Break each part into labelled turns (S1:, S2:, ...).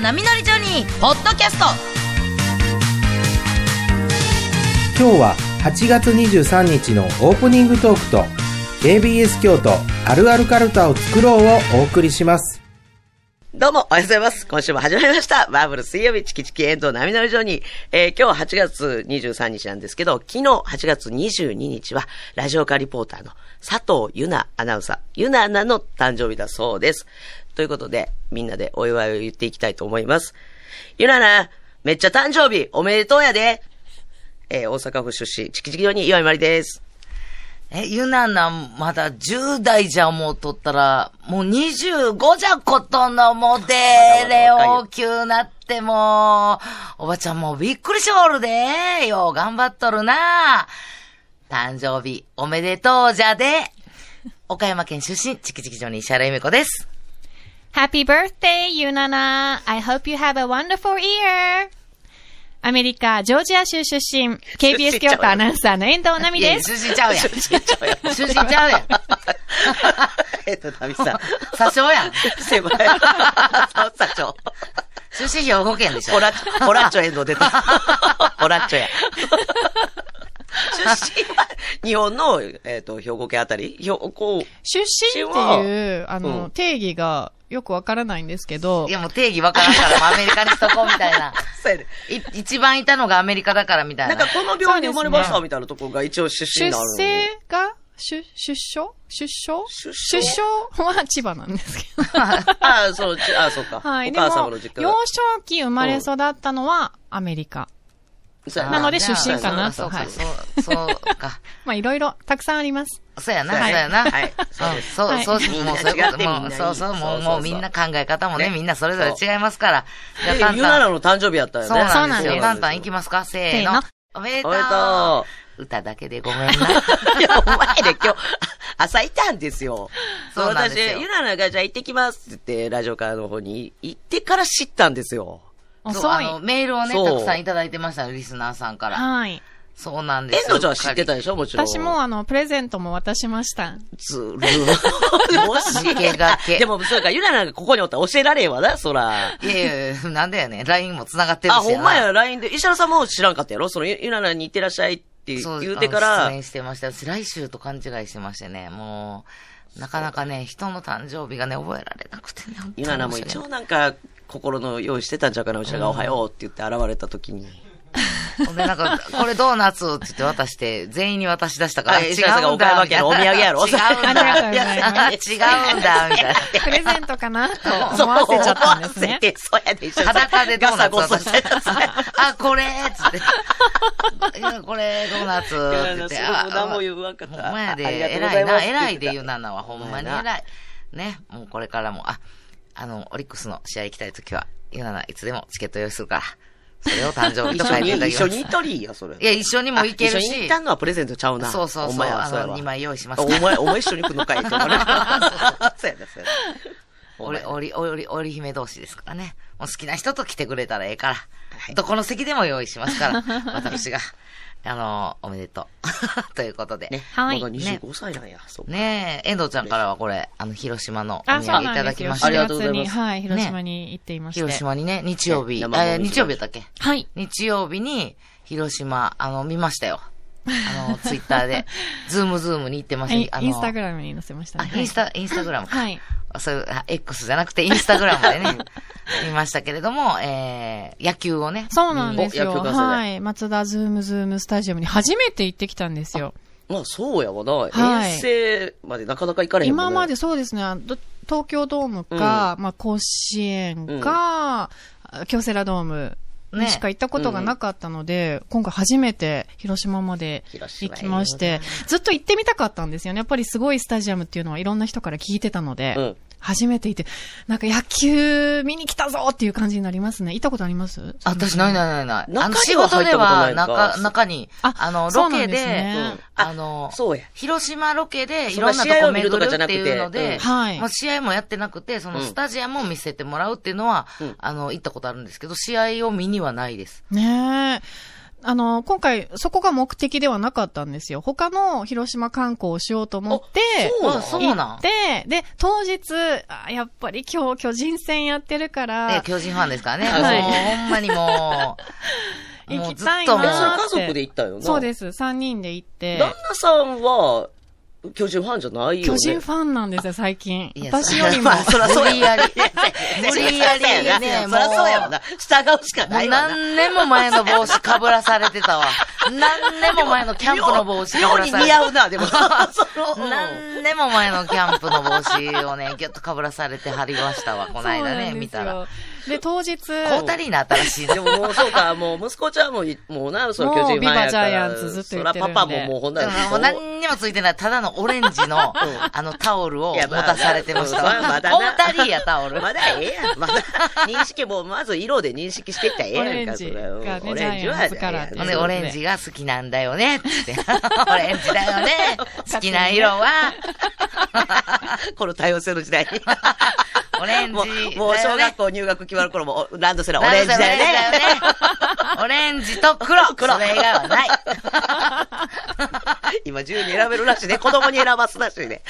S1: 波乗りジョニー」ポッドキャスト
S2: 今日は8月23日のオープニングトークと KBS 京都あるあるカルタを作ろうをお送りします。
S3: どうも、おはようございます。今週も始まりました。バーブル水曜日、チキチキエンド波乗りジョニー。えー、今日は8月23日なんですけど、昨日8月22日は、ラジオカリポーターの佐藤ゆなアナウンサー、ゆなアナの誕生日だそうです。ということで、みんなでお祝いを言っていきたいと思います。ゆなアナ、めっちゃ誕生日、おめでとうやで。えー、大阪府出身、チキチキジョニー、岩井まりです。
S1: えゆななまだ10代じゃ思うとったらもう25じゃことのモデレを急なってもうおばちゃんもうびっくりしおるでよう頑張っとるな誕生日おめでとうじゃで岡山県出身チキチキジョニー石原由美子です
S4: Happy birthday, Yunana! I hope you have a wonderful year! アメリカ、ジョージア州出身、KBS 京都アナウンサーの遠藤奈美
S1: いやい
S4: で
S1: や
S4: す。
S1: 出身ちゃうや ん
S3: 出身ちゃうやん。
S1: 出身ちゃうやん
S3: えっと、ナミさん。
S1: 詐称やん
S3: 狭い。そう、社長。
S1: 出身兵庫県でしょ
S3: ホラ、ホラッチョ遠藤出た。ホラッチョや。出身は、日本の、えっ、と、兵庫県あたり兵庫。
S5: 出身っていう、あの、
S3: うん
S5: 定義がよくわからないんですけど
S1: い、やもう定義わからんから、もうアメリカにしとこうみたい な。
S3: そうやね
S1: い一番いたのがアメリカだからみたい
S3: な
S1: な。
S3: んか、この病院で生まれまし
S5: そうです
S3: たみたいなとこが一応出身
S5: 出
S3: なの。
S5: 生が、出、出所出所
S3: 出所
S5: 出所は千葉なんですけど。
S3: ああ、そう、ちああ、そうか。
S5: はい。
S3: お
S5: でも
S3: 母様の実、家
S5: 幼少期生まれ育ったのはアメリカ。
S3: そうや
S5: なので
S1: あー
S5: 出身かな
S1: じゃあ
S5: とはい
S1: そうそう、そうか。
S5: まあ、いろいろ、たくさんあります。
S1: そうやな、
S5: はい
S1: そうやな。
S3: はいそうです
S1: そう、
S5: はい
S1: そう、
S3: みんな
S1: もうそういうこ
S3: 違っ
S1: と、
S3: てみん
S1: も、
S3: ないうい
S1: そうそう、も
S3: そうそう
S1: う、
S3: そう
S1: もうみんな考え方もね、
S3: ね
S1: みんなそれぞれ違いますから。じゃあ、
S3: で
S1: タン
S3: ゆな
S1: タ
S3: ら
S1: ン。
S3: の誕生日やったよね。
S1: そう
S5: そ
S1: な
S5: うんな
S1: で
S5: ん
S1: す
S5: です
S1: よ。タンタン行きますかせーの。おめでと
S3: おめでと
S1: う。歌だけでごめんな。
S3: いや、お前ね、今日、朝いたんですよ。そう、
S1: そうなんですよ
S3: 私、ゆななが、じゃあ行ってきますって言って、ラジオからの方に行ってから知ったんですよ。
S5: 遅
S1: そう、あ
S5: い。
S1: の、メールをね、
S3: そう
S1: たくさんいただいてました、リスナーさんから。
S5: はい。
S1: そうなんで
S3: 遠
S1: すよ。
S3: 藤ちゃんは知ってたでしょもちろん。
S5: 私も、あの、プレゼントも渡しました。
S3: ず る。もし
S1: 抜けがけ
S3: でも、そうか、ゆなながここにおったら教えられへんわな、そら。
S1: いやいや、なんだよね。LINE も繋がってるし
S3: あ、
S1: な。
S3: ほんまや、LINE で、石原さんも知らんかったやろその、ゆゆななに行ってらっしゃいって
S1: そう
S3: 言うてから
S1: あの出、演してました。来週と勘違いしてましてね、もう、なかなかね、人の誕生日がね、覚えられなくてね。
S3: ゆななも一
S1: 本
S3: 応なんか、心の用意してたんちゃうかな、うちらがおはようって言って現れた時に。
S1: 当に申し訳ない。ほんで、なんか、これドーナツって言って渡して、全員に渡し出したから、
S3: あ
S1: 違うん
S3: 石原さんが
S1: だ。
S3: 岡山県のお土産やろ
S1: 違うん
S5: ありがとうござい
S1: だ。
S5: ま
S1: 違うんだ、みたいな。
S5: プレゼントかな と
S3: そう
S5: 思わせちゃったんですね。
S3: 思わせてそうやでしょ。
S1: 裸でドーナツ
S3: ガサゴ
S1: 渡
S3: ソ
S1: し
S3: し
S1: て
S3: てたやつ。
S1: あ、これっつって。いやこれ、ドーナツって言って。あ
S3: いや何も言わんかった
S1: ほんまやで、
S3: あり
S1: 偉
S3: がとうござい
S1: い
S3: ます
S1: な、偉いで言うなのは、ほんまに
S3: ほんま
S1: 偉い。ね、もうこれからも、あ、あの、オリックスの試合行きたいときは、言うならいつでもチケット用意するから、それを誕生日
S3: 一
S1: と書
S3: 緒
S1: いていた
S3: に、
S1: だき
S3: 一緒
S1: ま
S3: にい
S1: す。
S3: たりや、それ。
S1: いや、一緒にも行ける
S3: あ一緒に行
S1: し
S3: った、のはプレゼントちゃうな。
S1: そうそう
S3: お
S1: そう、
S3: 前は
S1: あ
S3: そうや
S1: の、
S3: わ
S1: 2枚用意します
S3: お
S1: から。
S3: 前、お前一緒に行くのかいって思 われる。そうやな、そうやな。
S1: おり、おり、おり、おり姫同士ですからね。もう好きな人と来てくれたらええから。
S3: はい
S1: どこの席でも用意します から。私が。あのおめでとう。 ということで。ね
S3: ね、
S4: はい
S3: まだ25歳なんや、そう。
S1: え、遠藤ちゃんからはこれ、あの、広島のお
S5: あ、
S1: 土
S5: そう
S1: 産い
S5: な
S1: た
S5: ん
S1: だ
S5: です
S1: き
S5: よ。
S1: ました。
S3: ありが
S5: 4
S3: とう
S5: 月
S3: ございます
S5: に、はい、広島に行っていまして。
S1: 広島にね、日曜日、
S3: ね生
S1: あ
S3: 放送
S1: 日曜日だっけ
S5: はい。
S1: 日曜日に、広島、あの、見ましたよ。あの、ツイッター で、ズームズームに行ってま
S5: え
S1: した。あの
S5: インスタグラムに載せました
S1: あ
S5: ね。、
S1: インスタ、インスタグラムか。
S5: はい。
S1: そういう、あ X じゃなくて、インスタグラムで ね、見ましたけれども、えー、野球をね。
S5: そうなんですよ。
S3: お野球観戦だ
S5: はい。松田ズームズームスタジアムに初めて行ってきたんですよ。
S3: まあ、そうやわな。
S5: はい
S3: 遠征までなかなか行かれへんもんね
S5: 今までそうですね、あど東京ドームか、まあ甲子園か、京セラドームにしか行ったことがなかったので、今回初めて広島まで
S3: 広島
S5: 行きまして、ずっと行ってみたかったんですよね。やっぱりすごいスタジアムっていうのはいろんな人から聞いてたので、
S3: うん
S5: 初めて行って、なんか野球見に来たぞっていう感じになりますね。行ったことあります
S1: あ私、ないないないない。あの、
S3: 中
S1: 仕
S3: には
S1: 事
S3: 入っ
S1: で
S3: たことな、
S1: はい
S3: んか
S1: 中、中に、
S5: あ
S1: あの、
S5: そ
S1: ロ
S5: うな
S1: ケ
S5: んです
S1: で
S5: ね、
S1: あの、
S3: そうや。
S1: 広島ロケでい
S3: そん
S1: ろ
S3: なん
S1: なとこ巡
S3: 試合を見るとかじゃ
S1: る
S3: な
S1: っ
S3: く
S1: て
S3: て
S1: いうの
S3: うん
S1: で、
S5: はい
S1: まあ試合もやってなくて、その
S3: うん
S1: スタジアムを見せてもらうっていうのは、
S3: うん
S1: あの、行ったことあるんですけど、試合を見にはないです。
S5: ねえ。あの、今回、そこが目的ではなかったんですよ。他の広島観光をしようと思って、
S3: そうな
S1: あ、
S3: の
S1: そうな
S5: 行っ
S1: ん。
S5: て、で、当日、あやっぱり今日巨人戦やってるか
S1: ね
S5: ら、、
S1: 巨人ファンですからね。
S3: はい
S1: もう、ほんまにも う、も
S5: 行
S1: う
S5: き
S1: ずった
S5: いな
S1: と
S3: え、それ
S1: も
S5: あー
S1: う、
S3: 家族で行ったよな。
S5: そうです。3人で行って、
S3: 旦那さんは、巨人ファンじゃないよね。
S5: 巨人ファンなんですよ、最近。
S1: いや
S5: 私よりも
S3: ま。あ、そらそう
S1: 無理やり
S3: いやい や
S1: 無理やりね
S3: いやいや
S1: もう
S3: そらそうやわな。従うしか
S1: も
S3: な
S1: う
S3: いわな。
S1: 何年も前の帽子かぶらされてた わ。何年も前のキャンプの帽子かぶらされ
S3: 妙に
S1: て
S3: 似合うな、でも。その
S1: 何年も前のキャンプの帽子をね、ぎゅっとかぶらされて貼りま したわ、この間
S5: そうなんです
S1: ね、
S5: よ
S1: 見たら。。
S5: で、当日、
S1: 交代になったらしい
S3: で
S1: ね。
S3: ももうそうか、もう息子ちゃんもい、もうな、その巨人ファンやから。
S5: もうビバジャイアンツずっと言ってるん
S3: そら
S5: で
S3: パパももうほんな
S1: で
S3: ら
S1: も、もう何にもついてない、ただのオレンジの、あの、タオルを
S3: い
S1: 持
S3: やまあ
S1: たされてましたわ
S3: うんそれはま。だな
S1: オンタリーや、タオル。
S3: まだええやん。ま だ、認識も、まず色で認識していったらええやんか。
S5: オレンジがね
S3: それうんオレンジ
S5: ジャイアンツカラーって
S1: ほん
S5: いう
S1: で、オレンジが好きなんだよね、 つって。オレンジだよね、好きな色は、
S3: この多様性の時代に。
S1: オレンジ
S3: も
S1: だ
S3: う
S1: よ、ね。
S3: もう小学校入学決まる頃も、おランドセルはオレンジだよね。
S1: オレンジと黒。
S3: 黒
S1: それ以外は ない。
S3: 今自由に選べるらしいね。子供に選ばすらしいね。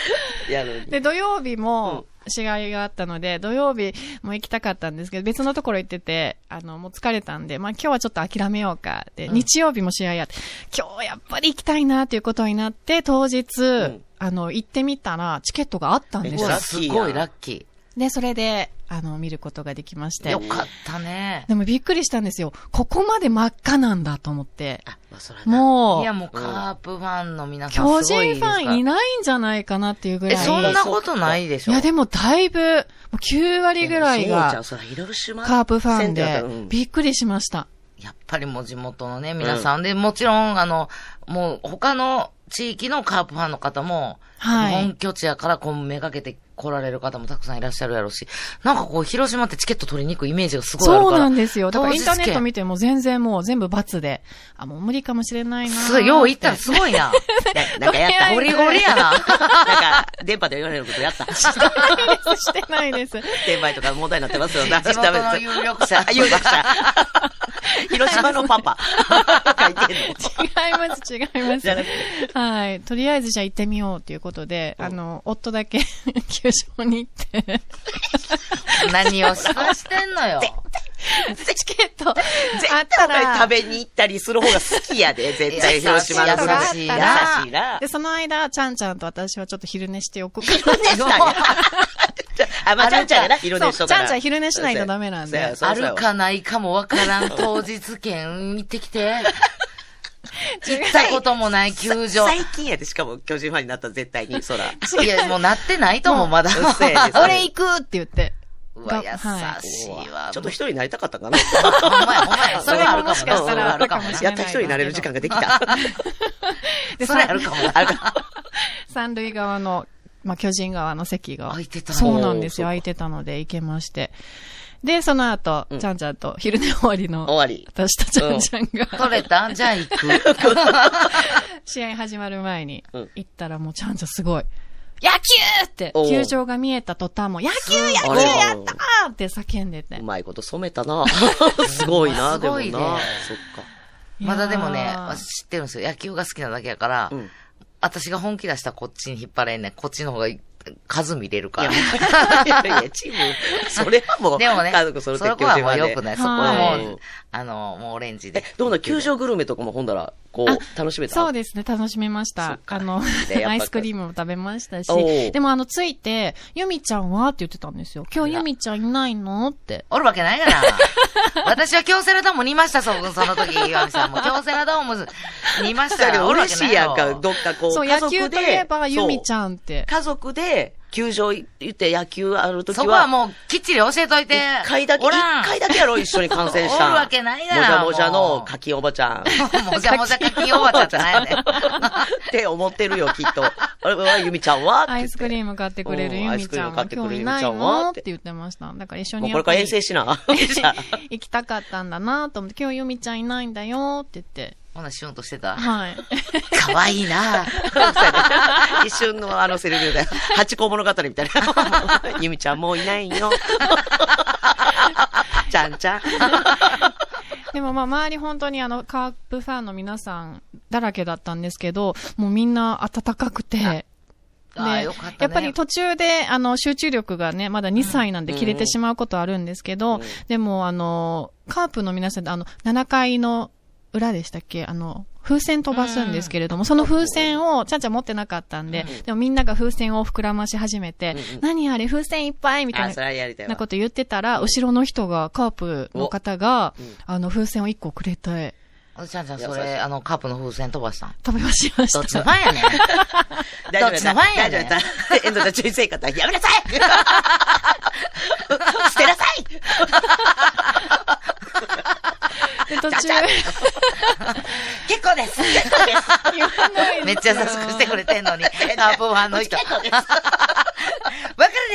S3: やる
S5: で、土曜日も、試合があったので、土曜日も行きたかったんですけど、別のところ行ってて、あの、もう疲れたんで、まあ今日はちょっと諦めようか。で、日曜日も試合やって、今日やっぱり行きたいなということになって、当日、
S3: ん
S5: あの、行ってみたら、チケットがあったんで
S3: めっ
S5: す
S3: ち
S5: よ
S3: ゃラ。ッ
S1: す
S3: キーやん
S1: ごいラッキ
S5: で、それで、あの、見ることができまし
S1: ー。
S5: て
S1: よ。かったね。
S5: でもびっくりしたんですよ。ここまで真っ赤なんだと思って。
S3: あ、まあ、そらな。
S5: も
S1: いうや、、もうカープファンの皆さん
S5: 巨
S1: すごいで
S5: 人
S1: す
S5: フ
S1: から。
S5: ァンいないんじゃないかなっていうぐらい。
S1: え、そんなことないでし
S5: い
S1: ょ
S5: や、でもだいぶ、もう9割ぐらい
S3: そうちゃ
S5: が
S3: う、そら広島
S5: カープファン
S3: 戦だ
S5: で
S3: ったうん、
S5: びっくりしました。
S1: やっぱりもう地元のね、皆さん。で、もちろん、あの、もう他の地域のカープファンの方も、
S5: はい
S1: 本拠地やからこうめがけて来られる方もたくさんいらっしゃるやろうし、なんかこう、広島ってチケット取りに行くイメージがすごいあるか
S5: そ
S1: ら。
S5: うなんですよ。だから
S1: 当
S5: イン
S1: 日
S5: ターネット
S1: 券
S5: 見ても全然もう全部罰で、あ、もう無理かもしれないなーって。
S1: すごい、よう行ったらすごいな。
S3: ななんかやった。
S1: ゴリゴリやな。
S3: なんか、電波で言われることや った。
S5: してないです。
S3: 転売とか問題になってますよ。
S1: 地元の有力者
S3: 有力 者。広島のパパ。書いてんの。
S5: 違います、違います。はい。とりあえずじゃあ行ってみようということで、あの、夫だけ 球場に行って、
S1: 何を探してんのよ。
S5: チケットあっ
S3: 絶
S5: た
S3: 対
S5: ら、
S3: 食べに行ったりする方が好きやで、絶対広島の
S5: 優しいな
S3: 優しいな
S5: で、。その間、ちゃんちゃんと私はちょっと昼寝しておこうかな。
S3: 確かにあ、まあ、ちゃんちゃんがな、昼寝しとかな
S5: そうちゃんちゃん昼寝しないとダメなん
S3: そ
S5: で
S3: うやそう
S1: あ
S3: やそうや
S1: るかないかもわからん当日券行ってき て。行ったこともない球場。
S3: 最近やで、しかも巨人ファンになったら絶対に、そら。
S1: いや、もうなってないと思う、まだ。
S3: うっせえ です
S5: 俺 行くって言って。
S1: うわ、優
S5: は
S1: しいわ。
S3: ちょっと一人になりたかったかな。
S1: ほんまや、ほん まや。そ
S5: それ
S1: れはある
S5: も
S1: かも
S5: もしかしたら
S1: な
S5: あるかもしれない
S3: やった一人になれる時間ができた。
S5: で、
S1: それあるかもな。
S3: あるか
S5: 三塁側の、まあ、巨人側の席が。
S1: 空いてたの
S5: そうなんですよ。
S3: おーそうか
S5: 空いてたので行けまして。で、その後、ちゃんちゃんと昼寝終わりの、
S3: 終わり。
S5: 私とちゃんちゃんが、
S1: 取れたじゃあ行く。
S5: 試合始まる前に
S3: うん
S5: 行ったらもうちゃんちゃんすごい。野球って
S3: おう
S5: 球場が見えた途端も、野球野
S3: あ
S5: 球
S3: れ
S5: やったーって叫んでて
S3: う。まいこと染めたな。 すごいな、
S1: す
S3: でも
S1: ご
S3: な。
S1: い
S3: そ
S1: ね
S3: っか。
S1: まだでも
S5: い
S1: ね
S5: や、ー
S1: 私知ってるんですよ。野球が好きなだけやから、
S3: うん
S1: 私が本気出したらこっちに引っ張れんねん。こっちの方が数見れるから。
S3: いやいや、チーム、それはも う、
S1: でもね、
S3: 家族揃って
S1: そこはもう良くない。
S3: い。
S1: そこはも
S3: は
S1: う
S3: い、
S1: あの、もうオレンジ
S3: え
S1: で。、
S3: どうなの球場グルメとかもほんだら、こう、楽しめた
S5: そうですね、楽しめまし。
S3: そったか
S5: あの、
S3: でやっぱ
S5: アイスクリームも食べました
S3: おう
S5: し、でもあの、着いて、ゆみちゃんはって言ってたんですよ。今日ゆみちゃんいないのって。
S1: おるわけないがな。 私は京セラドームにいました、そ、その時、岩見さんも。京セラドームにいまし
S3: だ
S1: た
S3: け
S1: よ。
S3: ど、
S1: おるわ
S3: 嬉
S1: け
S3: し
S1: ない
S3: いやん
S1: よ。
S3: か、どっかこう、
S5: そう、
S3: 家
S5: 野
S3: 族で
S5: 球といえばゆみち
S3: ん。
S5: ゃんって。
S3: 家族で、球場行って野球ある時
S1: そ
S3: は、
S1: こはもう、きっちり教えといて。
S3: 一回だけ、
S1: お
S3: 一
S1: らん。
S3: 回だけやろ、一緒に観戦したん。
S1: おるわけないが
S3: もじ
S1: な
S3: ゃもじ
S1: も
S3: ゃ
S1: う
S3: の課金おばちゃん。
S1: もじゃもじゃ書き終わっちゃったな やね。
S3: って思ってるよ、き っと。あれは、ゆみちゃんは
S5: アイスクリーム買ってく
S3: う
S5: れる
S3: ん
S5: ゆみちゃん
S3: ア
S5: は
S3: イスクリーム買ってく
S5: 今
S3: れるゆ
S5: 日
S3: みち
S5: いない
S3: ゃんは
S5: の
S3: っ
S5: ってて言ってました。だから一緒
S3: もう
S5: に
S3: こ
S5: や
S3: れか
S5: っぱ
S3: ら
S5: り
S3: 遠征しな。
S5: 行きたかったんだなと思って、今日ゆみちゃんいないんだよって言って。
S1: ほな、シュンとしてた。
S5: はい。
S1: かわいいな。
S3: 一瞬のあの セリフで、八甲物語みたいな。ゆみちゃんもういないよ。ちゃんちゃん。
S5: でもまあ周り本当にあのカープファンの皆さんだらけだったんですけど、もうみんな温かくて、
S1: ああ、
S5: ね
S1: よかった、ね。
S5: やっぱり途中で、あの、集中力がね、まだ2歳なんで切れてしまうことあるんですけど、でも、あの、カープの皆さん、あの、7階の裏でしたっけあの、風船飛ばすんですけれども、その風船を、ちゃんちゃん持ってなかったんで、でもみんなが風船を膨らまし始めて、何あれ風船いっぱいみた
S3: あ、
S5: い
S3: それ
S5: な、
S3: はやりたい
S5: な
S3: わ
S5: こ。と言ってたら、後ろの人が、カープの方が、あの、風船を1個くれて、
S1: おちゃんちゃん、
S3: いや
S1: そ
S3: そうで
S1: れ、あの、カープの風船飛ばしたん。
S5: 飛びましま
S1: どっち
S5: し
S1: の
S5: た
S1: フ。ァン やねん。
S3: 大丈夫だ
S1: どっちのファ
S3: 大
S1: ンやねん
S3: 丈夫だった。遠藤たち注意せんかった。やめなさい捨てなさい
S5: で、途中、
S1: 結構です結構ですめっちゃ優しくしてくれてんのに、カープファンの 人。わかる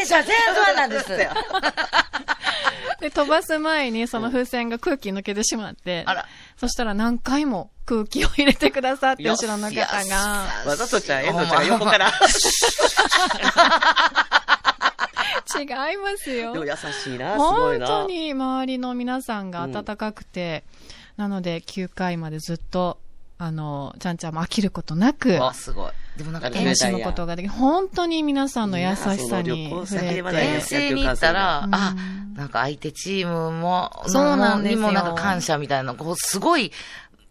S1: でしょ全員ファンなんです。
S5: で、飛ばす前にその風船が空気抜けてしまって、
S1: あら
S5: そしたら何回も空気を入れてくださって、
S3: よ
S5: 後ろの方
S1: い
S5: が、
S1: や
S3: わざとちゃん、遠藤ちゃんが横から。
S5: 違いますよ
S3: でも。優しいな、すごい
S5: 本
S3: な。
S5: 当に周りの皆さんが温かくて、なので9回までずっと、あの、ちゃんちゃんも飽きることなく、
S1: わ、すごい。でもなんか、
S3: あ冷
S5: 楽
S1: 遠
S5: しむことができ、本当に皆さんの優しさに
S3: いいなその旅行
S5: 触
S3: 先
S5: れ
S3: でまだね
S5: て、
S1: 征に行ったら
S5: う、ん
S1: あ、なんか相手チームも、
S5: そうなんですよ
S1: にもなんか感謝みたいな、こう、すごい、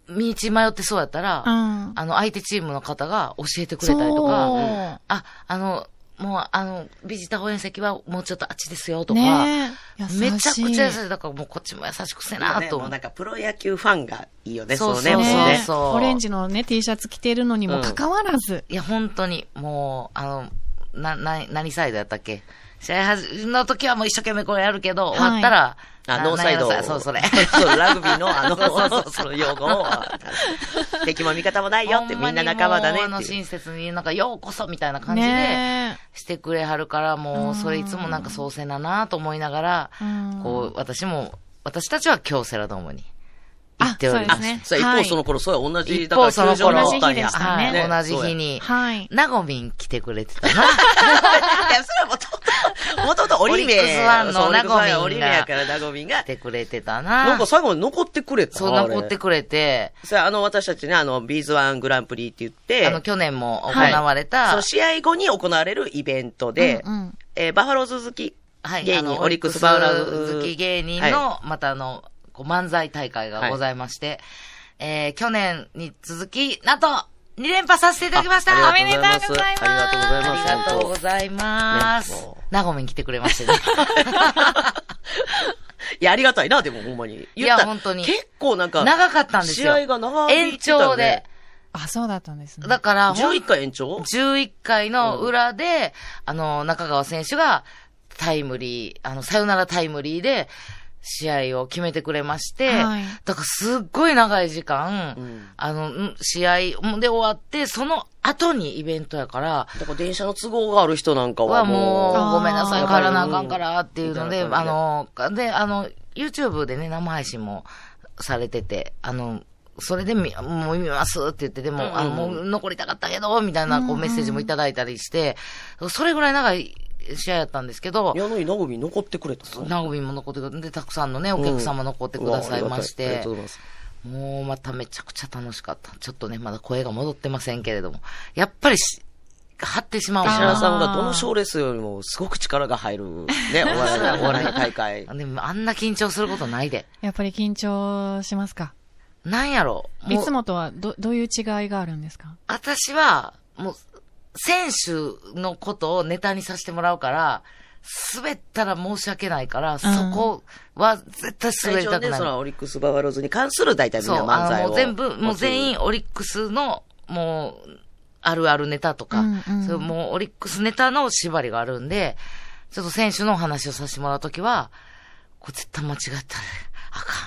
S1: 道迷ってそうやったら、
S5: うん
S1: あの、相手チームの方が教えてくれたりとか、
S5: そ
S1: あ、あの、もう、あの、ビジター応援席はもうちょっとあっちですよと
S5: う。
S1: か、
S5: ねえ
S1: めちゃくちゃ優し
S5: い。
S1: い。だからもうこっちも優しくせ
S3: まあ
S1: な
S3: ね
S1: と
S3: も
S1: 思
S3: う
S1: う
S3: なんかプロ野球ファンがいいよね、
S1: そう
S3: そうね、
S1: そう
S3: もう
S1: そう
S5: ね
S3: ね。
S1: そう
S5: オレンジのね、T シャツ着てるのにもかかわらず、
S1: いや、本当に、もう、あの、な、な、何サイドやったっけ試合はじの時はもう一生懸命これやるけど、
S5: い
S1: 終わったら、
S3: あ、
S1: な
S3: ノーサイド
S1: 何。そう、 それ。
S3: そうラグビーのあの、
S1: そうそうそう
S3: その用語を。敵も味方もないよって、みんな仲間だね
S1: ほんまにもうあの、
S3: ってい
S1: 親
S3: う。
S1: 切に、なんか、ようこそみたいな感じで、
S5: ね
S1: してくれはるから、もう、それいつもなんか、創生だなと思いながら
S5: え、うん
S1: こう、私も、私たちは京セラドームに行っており
S5: あ
S1: ま
S5: そ
S1: す。
S5: うですね
S3: そう一
S5: は
S3: 方
S5: い
S3: その頃、そうや、同じ、
S1: 一
S3: だから
S1: 方その
S3: 球場
S1: 頃
S3: におったんや
S5: 同じ日でした
S1: はい、
S5: ね
S1: 同じ日 に、
S5: はい。
S1: ナゴミン来てくれてたな。
S3: いや、それはもともと、もともとオリメ
S1: オリックスファンの
S3: そうオリックスファ
S1: ナゴ
S3: ン
S1: ミンが
S3: オリメやから、ナゴミンが
S1: 来。てくれてた
S3: なん
S1: な
S3: か。最後に残ってくれた
S1: そう、残って
S3: く
S1: くれて、
S3: れあの、私たちね、あの、ビーズワングランプリって言って、
S1: あの、去年も
S3: はい
S1: 行われた、
S3: そう、試合後に行われるイベントで、
S5: うんうん
S3: えーバファローズ好き
S1: はい、
S3: 芸
S1: あ
S3: 人、
S1: の
S3: オリックスバウラ
S1: オリッ
S3: ー
S1: クス
S3: ズ
S1: 好き芸人
S3: はい
S1: の、またあの、こう漫才大会がございまして、えー、去年に続き、なんと、2連覇させていただきました
S3: あ
S1: おめでとうございます
S3: ありがとうございます。
S1: ありがとうご
S3: 本
S1: ざいます
S3: ねも。
S1: ナゴミン来てくれました ね。
S3: 当いや、ありがたいな、でもほんまに。
S1: いや
S3: 言ったら
S1: 本当に
S3: 結構なんか、
S1: 長かったんですよ。
S3: 試合が長引い
S1: 延
S3: てたよね
S1: 長で。
S5: あ、そうだったんですね。
S1: だから、ほん
S3: 11回延長
S1: 11回の裏で、あの、中川選手がタイムリー、あの、サヨナラタイムリーで、試合を決めてくれまして、
S5: はい
S1: だからすっごい長い時間、
S3: うん
S1: あの、ん試合で終わって、その後にイベントやから、
S3: だから電車の都合がある人なんかは
S1: は
S3: も
S1: も
S3: う、
S1: う、ごめんなさい、
S5: あー
S1: 帰らなあかんからっていうので、
S3: みたい
S1: あ
S3: な
S1: の、で、あの、YouTube でね、生配信もされてて、あの、それでみ、もう見ますって言って、でも、
S3: うんうん
S1: あの、もう残りたかったけど、みたいな、こう、メッセージもいただいたりして、それぐらい長い試合やったんですけど
S3: い、やのに、ナゴミ残ってくれたの。
S1: ナゴミも残ってくれて、たくさんのね、お客様残ってくださいまし
S3: うんうわありが
S1: て
S3: たいありがとうご、ざいます。
S1: もうまためちゃくちゃ楽しかった。ちょっとね、まだ声が戻ってませんけれども、やっぱりし、張ってしまうん
S5: あ
S1: です
S5: ー
S3: 石
S1: よ
S3: 原さんがどの賞レースよりもすごく力が入る、 ね、お笑いの、お笑いの大会。
S1: でもあんな緊張することないで。
S5: やっぱり緊張しますか
S1: なんやろもう
S5: いつもとはど、どういう違いがあるんですか
S1: 私は、もう、選手のことをネタにさせてもらうから、滑ったら申し訳ないから、そこは絶対滑
S3: 最
S1: り
S3: 初
S1: たく
S3: ね、
S1: ない。
S3: そのオリックス・バファローズに関する大体みん
S1: そ
S3: な
S1: う、
S3: 漫
S1: あ
S3: 才
S1: の、
S3: を。
S1: もう全部、もう全員オリックスの、もう、あるあるネタとか、
S5: うんうん
S1: そうもうオリックスネタの縛りがあるんで、ちょっと選手のお話をさせてもらうときは、これ絶対間違ったら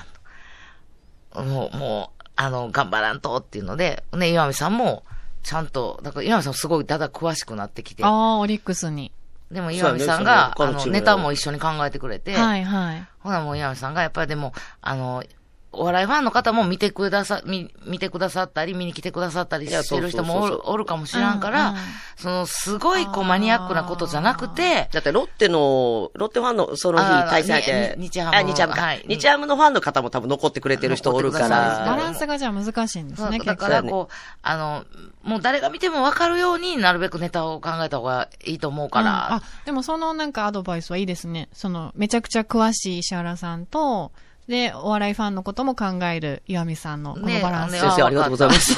S1: あかん。もう、もう、あの、頑張らんとっていうので、ね、岩見さんも、ちゃんと、だから岩見さんすごいだだ詳しくなってきて
S5: あ、あ、オリックスに。
S1: でも岩見さんが、
S3: そう
S1: あ
S3: やねそうやね他の
S1: の、
S3: チーム
S1: ネタも一緒に考えてくれて、
S5: はいはい。
S1: ほなもう岩見さんが、やっぱりでも、あの、お笑いファンの方も見てくださ、見、見てくださったり、見に来てくださったり
S3: いや
S1: してる人も
S3: そう
S1: お
S3: そうそう
S1: る、おるかもしらんから、
S5: うんうん
S1: その、すごい、こう、マニアックなことじゃなくて、
S3: だってロッテの、ロッテファンのその日
S1: あー
S3: 対戦相手。
S1: に日ハム
S3: あ、日ハムか。
S1: はい
S3: 日ハムのファンの方も多分残ってくれてる人おるか
S1: 残ってください
S5: バラ
S3: ら。
S5: ンスがじゃあ難しいんです
S1: そう
S5: ね、
S1: だ
S5: 結
S1: か
S5: 構。
S1: ら、こう、あの、もう誰が見てもわかるようになるべくネタを考えた方がいいと思うか
S5: うんあ
S1: ら、、
S5: でもそのなんかアドバイスはいいですね。その、めちゃくちゃ詳しい石原さんと、で、お笑いファンのことも考える岩見さんのこの
S1: ね
S5: バランス。
S1: ね
S3: 先生ありがとうございます。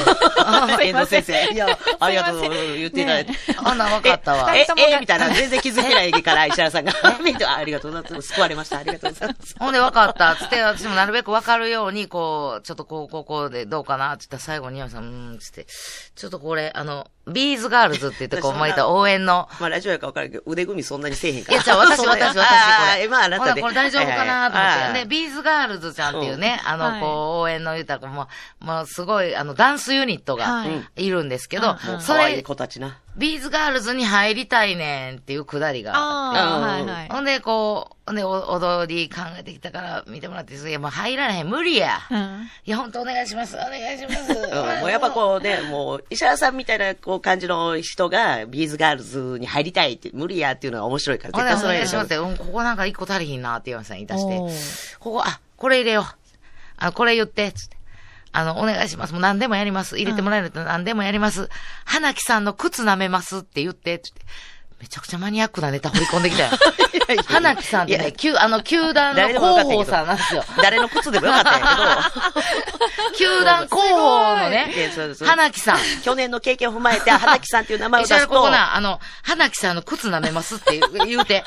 S3: 遠藤先生。いや、ありがとう
S5: すいま
S3: 言っていただいて。
S1: あんなわかったわ。
S3: え
S5: 二人と、も
S3: え、
S5: が
S3: えみたいな、全然気づけないから、石原さんが。 見てあありがとうございます。救われました。ありがとうございま す。
S1: ほんで分かった、つって、私もなるべく分かるように、こう、ちょっとこう、こう、こうでどうかな、つって、最後に岩見さん、うーん、つって、ちょっとこれ、あの、ビーズガールズって言って、こう、
S3: そんな
S1: 巻いた応援の、
S3: まあ、ラジオやから分からんけど、腕組みそんなにせえへんか
S1: い
S3: ら。
S1: や、じゃあ私、
S3: そんな
S1: 私、私、こ
S3: あ
S1: れ。
S3: ーまあ、あなた
S1: ほ
S3: で。
S1: これ大丈夫かなと
S3: はいはい
S1: 思っ
S3: は
S1: て。
S3: い
S1: で、ビーズガールズちゃんっていうね、あ
S5: は
S1: の、
S5: い
S1: こう、応援の言うたら、もう、もうすごい、あの、ダンスユニットが
S5: はい
S1: いるんですけ
S5: うん
S1: ど
S5: うん、
S3: もう
S1: そ
S3: 可愛い
S1: れ、
S3: 子たちな。
S1: ビーズガールズに入りたいねんっていうくだりがあって
S5: あ
S3: う
S5: あ、
S3: ん
S5: はいは
S1: ほんで、こう、ほんで、お踊り考えてきたから見てもらっていいですか、いや、もう入られへん、無理や。
S5: い。うん。
S1: いや、ほんとお願いします、お願いします。
S3: うんもうやっぱこうね、もう、石原さんみたいなこう感じの人が、ビーズガールズに入りたいって、無理やっていうのが面白いから、
S1: ほん
S3: 絶
S1: で、
S3: 対
S1: お
S3: それ
S1: 願い
S3: で
S1: し
S3: し
S1: ま
S3: ょ
S1: す。うん、ここなんか一個足りひんなって岩井さん言い出して
S5: おー、
S1: ここ、あ、これ入れよう。あの、これ言って、つって。あの、お願いします。もう何でもやります。入れてもらえると何でもやります。花木さんの靴舐めますって言って、つって。めちゃくちゃマニアックなネタ掘り込んできたよ
S3: やいや。
S1: 花木さんって
S3: いや
S1: ね、球あの、球団の
S3: 誰でもよかった
S1: 広
S3: け
S1: 報
S3: ど
S1: さんなんですよ。
S3: 誰の靴でもよかったんや
S1: 球団広報のね
S3: すごいいやそうです、
S1: 花木さん。
S3: け ど、去年の経験を踏まえて、花木さんっていう名前を
S1: 石
S3: 出
S1: 原
S3: す、
S1: こことな、あの、花木さんの靴舐めますって言う言う て、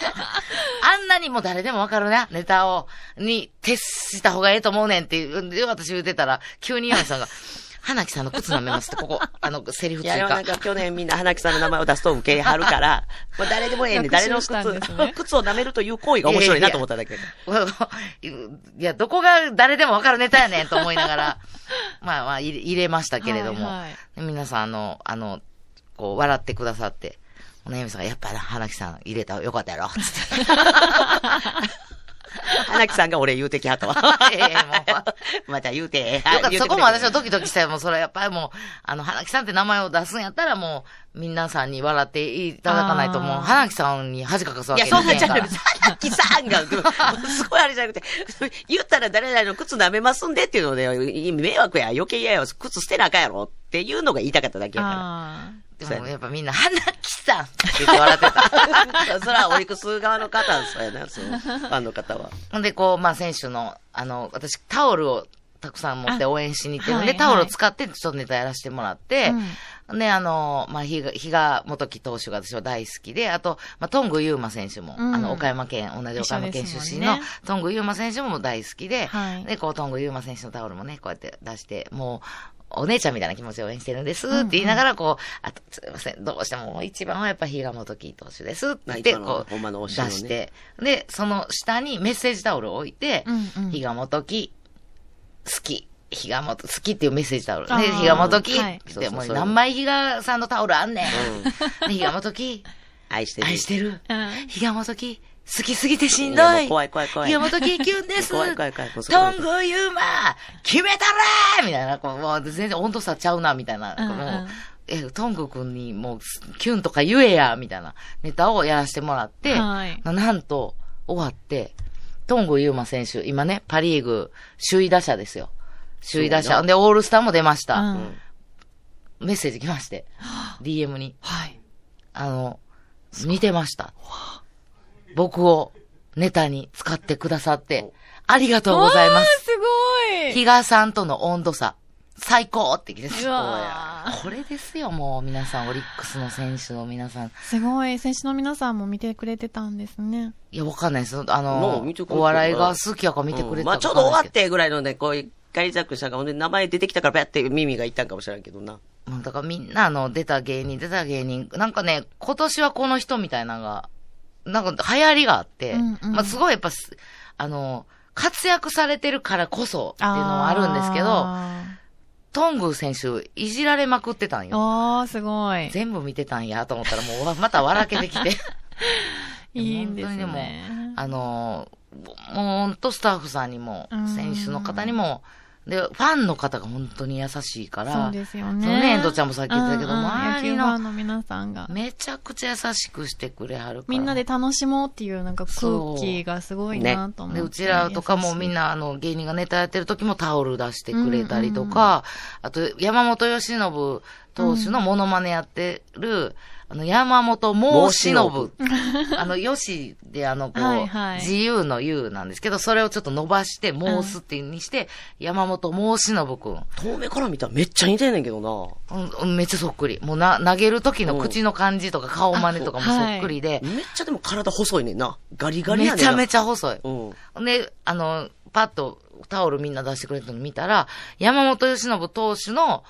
S1: あんなにもう誰でもわかるな、ネタを、に徹した方がええと思うねんっていう、で私言うてたら、急に岩見さん が、花木さんの靴舐めますって、ここ、あの、セリフ
S3: い
S1: 追加
S3: や、でもなんか去年みんな花木さんの名前を出すと受けはるから、まあ誰でもええねん
S5: 学
S3: 誰
S5: 習
S3: の靴、
S5: したんですね
S3: 靴を舐めるという行為が面白いなと思っただけ。
S1: いや、どこが誰でもわかるネタやねんと思いながら、まあまあ入れ、入れましたけれども、
S5: はいはい
S1: で皆さん、あの、あの、こう、笑ってくださって、お悩みさんが、やっぱな、花木さん入れたよかった やろ、つって。。
S3: 花木さんが俺言うてきはったわ
S1: ええも
S3: また言うて。
S1: よかった。そこも私は
S3: と。
S1: ドキドキしたよ。もうそれやっぱりもう、あの、花木さんって名前を出すんやったらもう、皆さんに笑っていただかないともう、
S5: あー
S1: 花木さんに恥かかすわ
S3: い
S1: け
S3: や、そんなん
S1: ね
S3: じ
S1: え
S3: ゃ
S1: か
S3: な
S1: ら
S3: くて、花木さんが、すごいあれじゃなくて、 言ったら誰々の靴舐めますんでっていうので、迷惑や、余計嫌や、靴捨てなあかんやろっていうのが言いたかっただけやから。
S5: ああ。
S1: でもやっぱみんな、花木さんって言って笑ってた。
S3: それはオリックス側の方はそうやな、そう。ファンの方は。
S1: ほんで、こう、まあ、選手の、あの、私、タオルをたくさん持って
S5: あ
S1: 応援しに行ってるん
S5: は
S1: で、
S5: いはい
S1: タオルを使って、ちょっとネタやらせてもらって、ね、あの、まあ、比嘉、比嘉元木投手が私は大好きで、あと、まあ、トングユーマ選手も、
S5: うん
S1: あの、岡山県、同じ岡山県
S5: 一緒です
S1: 出
S5: もん
S1: 身の、
S5: ね
S1: トングユーマ選手も大好きで、
S5: はい
S1: で、こう、トングユーマ選手のタオルもね、こうやって出して、もう、お姉ちゃんみたいな気持ちで応援してるんですって言いながら、こう、あと、すいません、どうしてももう一番はやっぱ比嘉元木投手ですって言って、
S3: まあ一番は
S1: こう、
S3: ほんまの
S1: 出
S3: 推しのね
S1: して、で、その下にメッセージタオルを置いて、
S5: うんうん
S1: 日がもとき、好き。日がもと、好きっていうメッセージタオル。で、
S5: あー
S1: 日がもとき、
S5: はい
S1: でも
S3: そうそう
S1: う
S3: そう
S1: 何枚日がさんのタオルあんねん。で日がもとき、
S3: 愛してる。
S1: 愛してる
S5: うん。
S1: 日がもとき、好きすぎてしん
S3: い
S1: ど
S3: やも
S1: い。
S3: う怖い怖い怖い
S1: 日がもとき、キュンです。
S3: 怖い怖い怖いもうそこ
S1: トングユーマ決めたれみたいな、こう、もう全然温度差ちゃうな、みたいな。
S5: うんうん
S1: もうえ、トング君にもう、キュンとか言えや、みたいなネタをやらせてもらって、
S5: はい
S1: ななんと、終わって、トングユーマ選手、今ね、パリーグ、首位打者ですよ。首位打
S3: すごい
S1: 者。で、オールスターも出ました。
S5: うん
S1: メッセージ来ま して、DM に。
S5: はい。
S1: あの、見てました。僕をネタに使ってくださって、ありがとうございます。
S5: すごい
S1: 比嘉さんとの温度差、最高って気です。
S5: うわー
S1: これですよ、もう皆さん、オリックスの選手の皆さん。
S5: すごい。選手の皆さんも見てくれてたんですね。
S1: いや、わかんないです。あ
S3: も
S1: の
S3: う見てくれて、る
S1: お笑いが好きやから見てくれ
S3: う
S1: て
S3: ん
S1: た
S3: まあちょうど終わっ
S1: か
S3: てぐらいのね、こういう、ガリザックしたから、ほんで名前出てきたから、ペって耳がいったんかもしれんけどな。
S1: わかんないですけど。うんだからみんな、あの、出た芸人、出た芸人、なんかね、今年はこの人みたいなのが、なんか流行りがあって、
S5: うんうん
S1: まあすごいやっぱす、あの、活躍されてるからこそっていうのはあるんですけど、
S5: あ
S1: トング選手、いじられまくってたん
S5: ー
S1: よ。
S5: あー、すご い。
S1: 全部見てたんやと思ったら、もうわまた笑けてきて。
S5: いいんです
S1: 本当に
S5: ね。
S1: あの、もう本当スタッフさんにも
S5: う、ん
S1: 選手の方にも、で、ファンの方が本当に優しいから、
S5: そうですよ
S1: そうね
S5: ね。
S1: 遠藤ちゃんもさっき言ってたけど
S5: うんうん野
S1: 周り
S5: 球フ
S1: の
S5: ァンの皆さんが。
S1: めちゃくちゃ優しくしてくれはるから。
S5: みんなで楽しもうっていうなんか空気がすごいなと思って。
S1: で、うちらとかもみん
S5: な。
S1: な、あの、芸人がネタやってる時もタオル出してくれたりとか、あと、山本由伸投手のモノマネやってる、あの、山本猛忍。あの、よしで、あの、こう、
S5: はいはい
S1: 自由の由なんですけど、それをちょっと伸ばして、猛すっていうにして、山本猛忍くん。
S3: 遠目から見たらめっちゃ似てんねんけどな。
S1: うんうん、めっちゃそっくり。もうな、投げる時の口の感じとか顔真似とかもそっくりで、
S3: めっちゃでも体細いねんな。ガリガリ
S1: め
S3: やねん
S1: ち
S3: な。
S1: ゃめちゃ細い。
S3: うん。
S1: で、あの、パッとタオルみんな出してくれたの見たら、山本由伸投手の、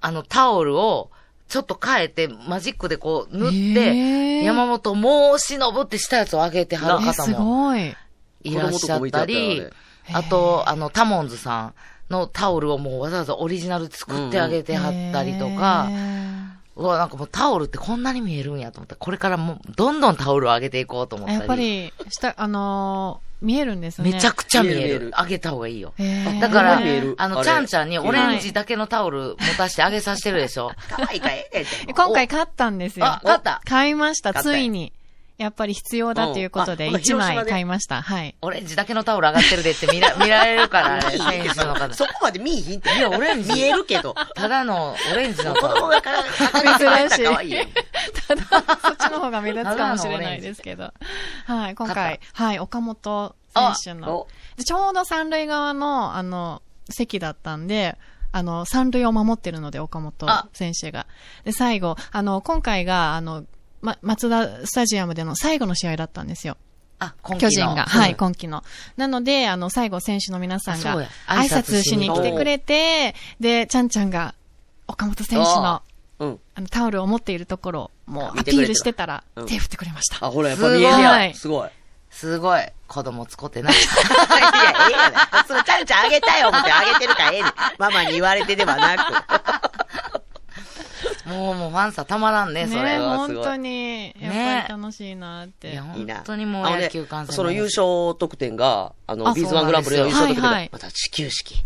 S1: あの、タオルを、ちょっと変えて、マジックでこう、塗って、
S5: へー
S1: 山本もう忍ってしたやつを上げてはる
S5: え、
S1: 方
S5: す
S1: も
S5: ごい。
S1: いらっしゃったり、
S3: 子供とかもいて
S1: あと、あの、タモンズさんのタオルをもうわざわざオリジナル作ってあげてはったりとか、
S5: へ
S1: うわ、なんかもうタオルってこんなに見えるんやと思って、これからもう、どんどんタオルを上げていこうと思っ
S5: ー。
S1: たり。
S5: やっぱり、した、あのー、見えるんですね。
S1: めちゃくちゃ見え
S3: 見える見え
S1: る
S3: る。
S1: あげた方がいいよ。
S5: へー
S1: だから
S3: 見える、
S1: あ
S3: あ
S1: の、
S3: れ
S1: ちゃんちゃんにオレンジだけのタオル持たしてあげさせてるで しょ。
S3: 可愛いかええって
S5: 今回買ったんですよ。
S1: あ、勝った。
S5: 買いました、
S3: 買ったよ
S5: ついに。やっぱり必要だということで、
S3: うんあ
S5: 1
S3: 広島
S5: 枚
S3: で
S5: 買いまし た。はい。
S1: オレンジだけのタオル上がってるでって見ら 見られるから、あれ
S3: 見い
S1: 選
S3: ひん
S1: 手の方。
S3: そこまで見いひんって。
S1: いやオレンジ
S3: 見えるけど。
S1: ただのオレンジの
S3: 子
S1: タ
S3: 供
S1: オル。
S3: が形が可愛いよ。
S5: ただ、そっちの方が目立つかもしれないですけど。はい、今
S1: 勝
S5: 回、はい、岡本選手の
S3: お。
S5: でちょうど三塁側の、あの、席だったんで、あの、三塁を守ってるので、岡本選手が。で、最後、あの、今回が、あの、ま、松田スタジアムでの最後の試合だったんですよ。
S1: あ、今季
S5: 巨
S1: の
S5: 人が。は
S1: う
S5: い、
S1: ん
S5: 今季の。なので、あの、最後、選手の皆さん
S1: あそう
S5: が
S1: や、
S5: 挨
S1: 挨拶
S5: 拶
S1: し
S5: し
S1: に
S5: に来てくれて、で、ちゃんちゃんが、岡本選手の、
S3: うん。
S5: あの、タオルを持っているところを、もう、
S3: 見
S5: ア
S3: てく
S5: ピ
S3: れてた
S5: ールしてたら、
S3: うん
S5: 手振ってくれました。
S3: あ、ほら、やっぱ見えるやん。す
S5: す
S3: ごい。
S1: すごい。子供使って ない。
S3: いや、ええやない。それ、ちゃんちゃんあげたよ、思ってあげてるからええねん。ママに言われてではなく。
S1: もう、もうファンさたまらんね、そ
S5: ね
S1: れ。
S3: はす
S5: 本
S3: ごい
S5: 当に、やっぱり楽しいなって。
S1: いや、
S3: いいな
S1: 本当にもう
S3: あのね
S1: 野球観戦。
S3: その優。勝得点が、あの、
S5: あ
S3: ビーズワングランプリの優勝得点
S5: そう
S3: が、
S5: なんですよ
S3: また始球式。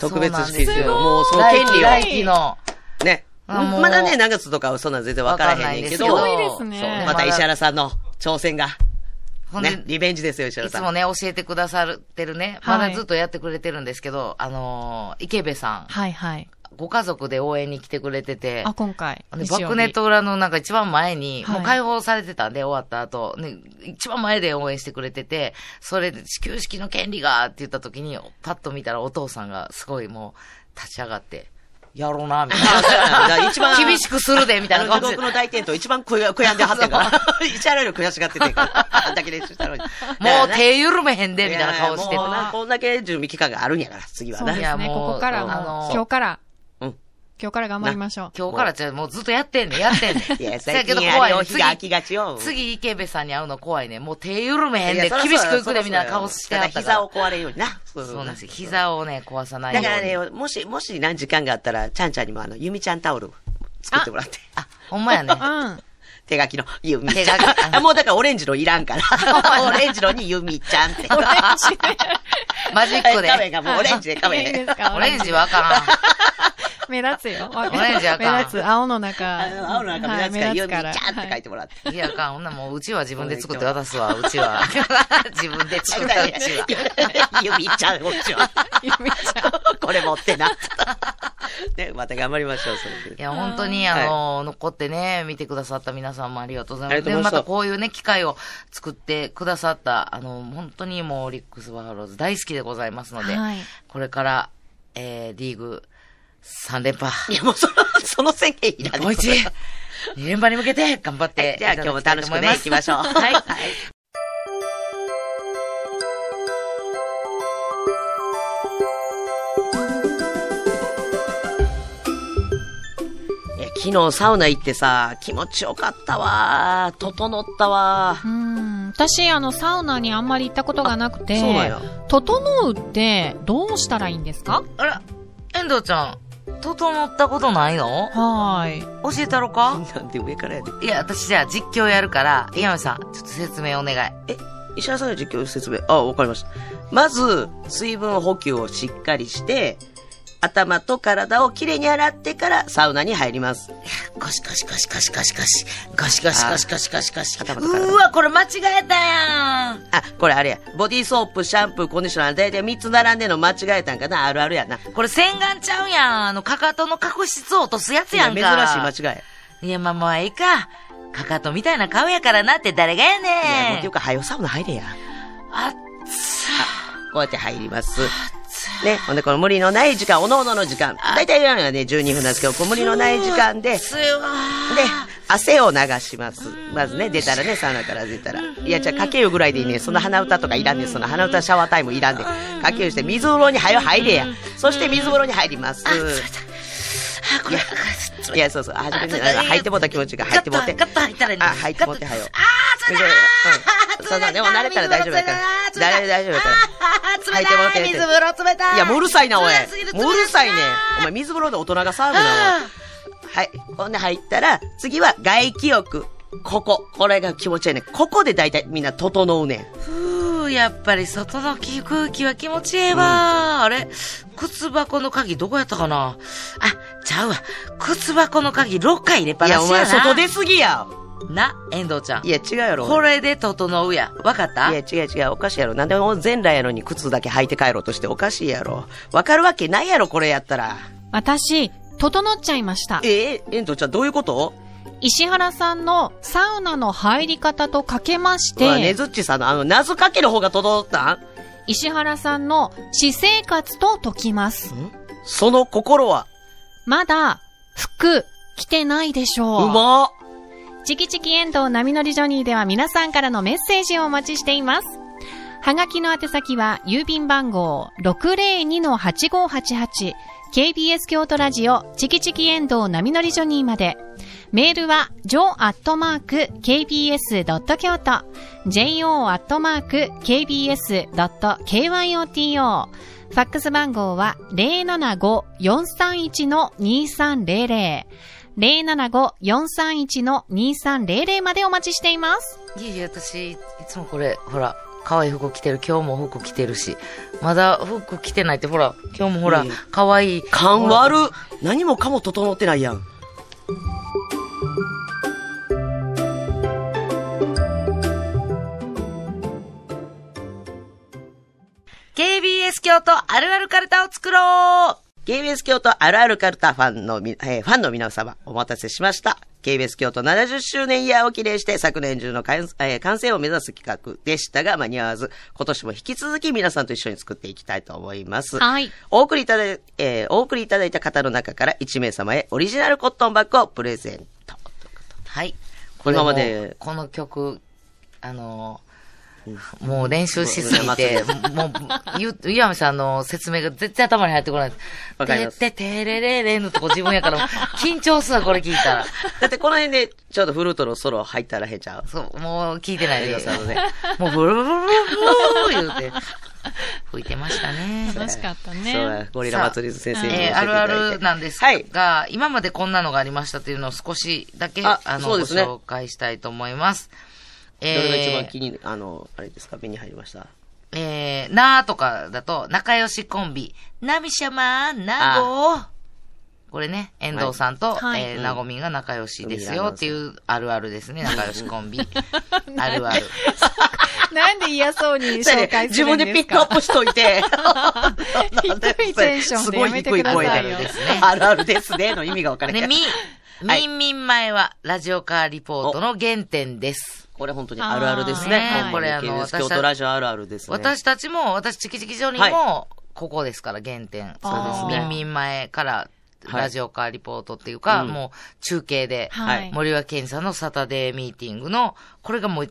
S3: 特別式で
S1: そうな
S3: す
S1: んです
S3: よ。
S1: よ
S3: もうその
S1: 来
S3: 権
S1: 季、
S3: 利を
S1: 来。季の。
S3: ね。
S1: あもう
S3: まだね、何月とかはそんなん全然わからへんねんけど。
S1: わかんな
S5: すご
S1: い
S5: い
S1: で
S5: ですす
S1: けど
S5: ね
S1: そう
S3: また石原さんの挑戦が。
S1: ほんで
S3: ね、リベンジですよ、石原
S1: い
S3: さ
S1: つ
S3: ん。
S1: もね、教えてくださってるね、
S5: はい
S1: まだずっとやってくれてるんですけど、あのー池部さん、
S5: はいはい。
S1: ご家族で応援に来てくれてて、
S5: あ、今回。
S1: で
S5: 日曜日
S1: バックネッ。ト裏のなんか一番前に、
S5: はい
S1: もう解放されてたんで、終わった後、ね、一番前で応援してくれてて、それで、始球式の権利がって言った時に、パッと見たらお父さんがすごいもう、立ち上がって、やろうな、みたい
S3: あそうやなだから一
S1: な。
S3: 番
S1: 厳しくするで、みたいな
S3: あの
S1: 感
S3: 地
S1: じで
S3: 獄。の大転倒一番悔や悔やんではってん から。石原より悔しがっててんから。あんだけ練習したのに。
S1: もう手緩めへんで、みたいな顔して
S3: い
S1: て
S3: や。もうなこんだけ準備期間があるんやから、次は
S5: そうで
S3: な。
S5: す
S1: いや
S5: ね。
S1: もう
S5: ここからもう、
S1: あのー
S5: 今日から、
S3: うん。
S5: 今日から頑張りましょう。
S1: 今日からじゃあもうずっとやってんねんやってんねん。
S3: いや、
S1: せや
S3: 最
S1: け
S3: 近
S1: ど
S3: あ
S1: 怖
S3: れ
S1: いね
S3: を
S1: ん。
S3: 日
S1: 次
S3: が、秋がちよ。
S1: 次、池部さんに会うの怖いね。もう手緩めへん
S3: いや
S1: で、
S3: そらそう
S1: 厳
S3: や
S1: しくいくで、
S3: そらそうや
S1: みたいな顔して
S3: た
S1: は
S3: だ
S1: った
S3: 膝
S1: から
S3: を。壊れんようにな。そ
S1: そうなんですよ。
S3: を。
S1: 膝をね、壊さないよ
S3: だ
S1: うに。
S3: からね、もし、もし何時間があったら、ちゃんちゃんにもあの、ゆみちゃんタオル作ってもらって。
S1: あ、ほんまやね。
S5: うん。
S3: 手書きの、ゆみちゃ
S1: 手書き
S3: ん。あ もうだからオレンジのいら んから。オレンジのにゆみちゃんって。
S5: オレンジで。
S1: マジック
S3: カメ
S1: で。
S3: がもうオレンジでカメ。
S5: いいですか
S1: オレンジはあかん。
S5: 目立つよ。
S1: オレンジあかん
S5: 目立つ。青の中。
S3: あの青の中目立つから、
S5: はい
S3: ゆみちゃんって書い
S5: て。
S3: てもらって。
S1: いや、あかん。ほんなもう、うちは自分で作って渡す わ、うちは。 自分で作ったうちは。
S3: ゆみちゃん、こっちは。
S5: ゆみちゃん。
S3: これ持って な。ね、また頑張りましょう、それ
S1: い
S3: で。
S1: や、本当に、あの、残ってね、見てくださった皆さんもありがとうござい
S3: あ
S1: ま
S3: り
S1: す。
S3: がと
S1: で、
S3: うござ
S1: ま
S3: います
S1: たこういうね、機会を作ってくださった、あの、本当にもう、オリックスバファローズ大好きでございますので、
S5: はい
S1: これから、えー、リーグ3連覇。
S3: いや、もうその、その宣言いらない。
S1: もう一、2連覇に向けて頑張っ
S3: はい
S1: てい
S3: じゃあ
S1: ただきたいと思います。
S3: 今日も楽しくね行きましょう
S1: はい。
S3: いや昨日サウナ行ってさ、気持ちよかったわ。整ったわ
S5: う。ん。私、あの、サウナにあんまり行ったことがなくて、
S3: そうなんや。
S5: 整うって、どうしたらいいんですか
S1: あら、遠藤ちゃん、整ったことないの
S5: はい。
S1: 教えたろか
S3: なんで上からやで。
S1: いや、私じゃあ実況やるから、井山さん、ちょっと説明お願い。
S3: え、石原さんが実況説明。あ、わかりました。まず、水分補給をしっかりして、頭と体をきれいに洗ってからサウナに入ります。
S1: ゴシゴシゴシゴシゴシゴシ。ゴシゴシゴシゴシゴシゴシ。
S3: あ頭と体
S1: うーわ、これ間違えたやん。
S3: あ、これあれや。ボディーソープ、シャンプー、コンディショナー、だいたい3つ並んでんの間違えたんかなあるあるやな。
S1: これ洗顔ちゃうやん。あの、かかとの角質を落とすやつやんか。
S3: いや珍しい間違い。
S1: いや、まあまあ、ええか。かかとみたいな顔やからなって誰がや
S3: いや、もう
S1: ね。
S3: っていうんか、はよサウナ入れや。
S1: あっつ
S3: こうやって入ります。ね、ほんで、この無理のない時間、おのおのの時間。だいたい今のはね、12分なんですけど、こう無理のない時間で、で、
S1: ついわ
S3: 汗を流します。まずね、出たらね、サウナから出たら。いや、じゃあ、かけ湯ぐらいでいいね。その鼻歌とかいらんねその鼻歌シャワータイムいらんねかけ湯して、水風呂にはよ入れや。そして、水風呂に入ります。
S1: ー。あ、これ、
S3: いや、そうそう、初め
S1: あちょっ
S3: て、
S1: と
S3: 入ってもうた気持ちが入ってもうて。
S1: ガッとガッと入ったらいいの
S3: あ、入ってもうて、はよ。
S1: あー、それだ
S3: うんそうだね、もう慣れたら大丈夫だから。大丈夫だから。
S1: あー、冷たい水風呂冷たい
S3: いや、もううるさいな、おい
S1: 冷すぎ。
S3: もううるさいね
S1: 冷た。
S3: お前、水風呂で大人が騒ぐな、おい。はい。ほんで入ったら、次は外気浴。ここ。これが気持ちいいね。ここで大体みんな整うねん。
S1: ふう、やっぱり外の空気は気持ちええわ、あれ靴箱の鍵どこやったかなあ、ちゃうわ。靴箱の鍵6回入れっぱ
S3: い
S1: なしや
S3: や、
S1: な。
S3: お前、外出すぎや。
S1: な、遠藤ちゃん。
S3: いや、違うやろ。
S1: これで整うや。わかった
S3: いや、違う違う。おかしいやろ。なんでも全裸やのに靴だけ履いて帰ろうとしておかしいやろ。わかるわけないやろ、これやったら。
S5: 私、整っちゃいました。
S3: ええ遠藤ちゃん、どういうこと
S5: 石原さんのサウナの入り方とかけまし
S3: うわね
S5: て、
S3: ずっちさんのあの、謎かける方が整ったん
S5: 石原さんの私生活と解きます。
S3: その心は、
S5: まだ、服、着てないでし
S3: う
S5: ょう。
S3: まっ
S5: チキチキエンドウ波乗りジョニーでは皆さんからのメッセージをお待ちしています。はがきの宛先は郵便番号 602-8588KBS 京都ラジオチキチキエンドウ波乗りジョニーまで。メールは jo.kbs.kyoto jo.kbs.kyoto ファックス番号は075-431-2300 075-431-2300までお待ちしています。
S1: いやいや、私、いつもこれ、ほら、可愛い服着てる。今日も服着てるし。まだ服着てないって、ほら、今日もほら
S3: うん、
S1: 可愛い。
S3: 勘悪っ何もかも整ってないやん。
S1: KBS 京都あるあるカルタを作ろう
S3: KBS 京都あるあるカルタファンのみ、えーファンの皆様、お待たせしました。KBS 京都70周年イヤーを記念して、昨年中の完,、えー完成を目指す企画でしたが間に合わず、今年も引き続き皆さんと一緒に作っていきたいと思います。
S5: はい。
S3: お送りいただい、えーお送りいただいた方の中から1名様へオリジナルコットンバッグをプレゼント。
S1: はい。
S3: これ今まで
S1: この曲、あのー、もう練習しすぎて、もう、ゆ、ゆやめさんの説明が絶対頭に入ってこないです。
S3: わかります
S1: てってれれれのとこ自分やから、緊張するわ、これ聞いたら。
S3: だってこの辺で、ちょうどフルートのソロ入ったらへんちゃう
S1: そう、もう聞いてないでください。
S3: あり
S1: もうブルブルブルブル言うて、 吹いてましたね。
S5: 楽しかったね。
S3: そうや、ゴリラ祭り先生に教えてい
S1: えー
S3: ただ
S1: あ
S3: いて
S1: るあるなんですが、
S3: はい。
S1: 今までこんなのがありましたというのを少しだけ、あ
S3: あ
S1: の、
S3: そ
S1: ご
S3: うですね
S1: 紹介したいと思います。え
S3: どれが一番気に、あの、あれですか、目に入りました。
S1: えー、なーとかだと、仲良しコンビ、なみしゃまー、なごー。これね、遠藤さんと、
S5: はい
S1: え
S3: う
S1: ー、
S3: ん
S1: なごみんが仲良しですよ
S3: うん
S1: っていうあるあるですね、仲良しコ ンビ。あるある。
S5: なんで嫌そうに紹介す
S3: 自
S5: るんで
S3: 分
S5: すか
S3: でピックアップしとい て。
S5: 低いテンションでやめてくだ
S3: すご
S5: さいよ
S3: い低い声である ですね。あるあるですね。の意味が分からない。
S1: で、み、
S3: はい
S1: みんみん前は、ラジオカーリポートの原点です。
S3: これ本当にあるあるです
S1: あー
S3: ね
S1: ね。
S3: これあ
S1: これあの
S3: の、
S1: 私
S3: 京都ラジオあるあるですね。
S1: 私たちも、私、チキチキジョニーも、ここですから、原点。
S5: そうです
S1: み
S5: ね
S1: んみん前から、
S3: はい
S1: ラジオカーリポートっていうか、
S3: うん
S1: もう、中継で、
S5: はい。
S1: 森脇健さんのサタデーミーティングの、これがもう、